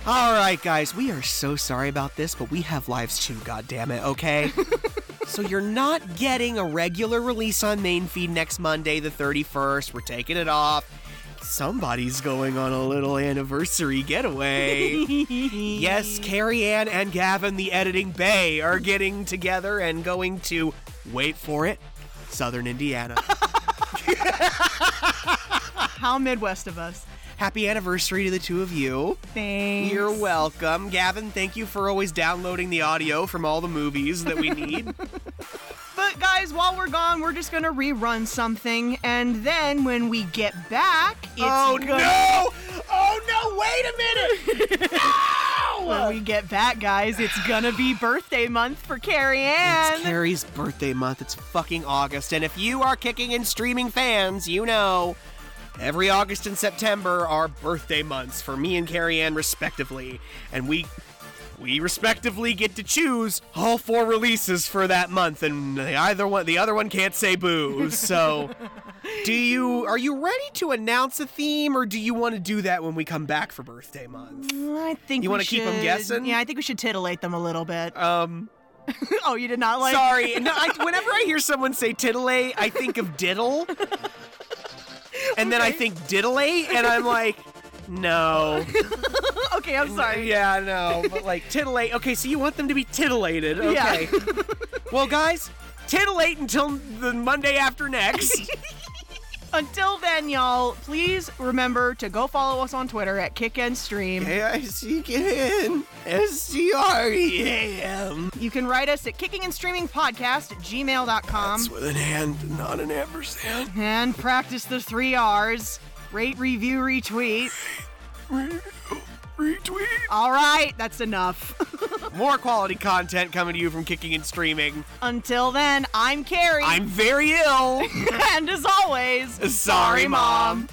All right, guys, we are so sorry about this, but we have lives too, goddammit, okay? so you're not getting a regular release on main feed next Monday, the 31st. We're taking it off. Somebody's going on a little anniversary getaway. yes, Carrie Ann and Gavin, the editing bay, are getting together and going to, wait for it, Southern Indiana. How Midwest of us. Happy anniversary to the two of you. Thanks. You're welcome. Gavin, thank you for always downloading the audio from all the movies that we need. But guys, while we're gone, we're just gonna rerun something, and then when we get back, it's Oh, gonna- no! Oh no! Wait a minute! When we get back, guys, it's gonna be birthday month for Carrie Ann. It's Carrie's birthday month. It's fucking August. And if you are kicking and streaming fans, you know every August and September are birthday months for me and Carrie Ann, respectively. And we. We respectively get to choose all four releases for that month, and the either one, the other one can't say boo. So, do you are you ready to announce a theme, or do you want to do that when we come back for birthday month? I think You want wanna to keep 'em guessing? Yeah, I think we should titillate them a little bit. Um. oh, you did not like. Sorry. No, I, whenever I hear someone say titillate, I think of diddle. And then I think diddlate, and I'm like, no. okay, I'm sorry. Yeah, no. But like titillate. Okay, so you want them to be titillated. Yeah. Okay. Well, guys, titillate until the Monday after next. Until then, y'all, please remember to go follow us on Twitter at Kick and Stream. K-I-C-K-N E S-T-R-E-A-M. You can write us at kicking and streaming podcast at gmail.com. an and, not an ampersand. and practice the three R's. Rate, review, retweet. Retweet. All right, that's enough. More quality content coming to you from Kicking and Streaming. Until then, I'm Carrie. I'm very ill. and as always, Sorry, Mom.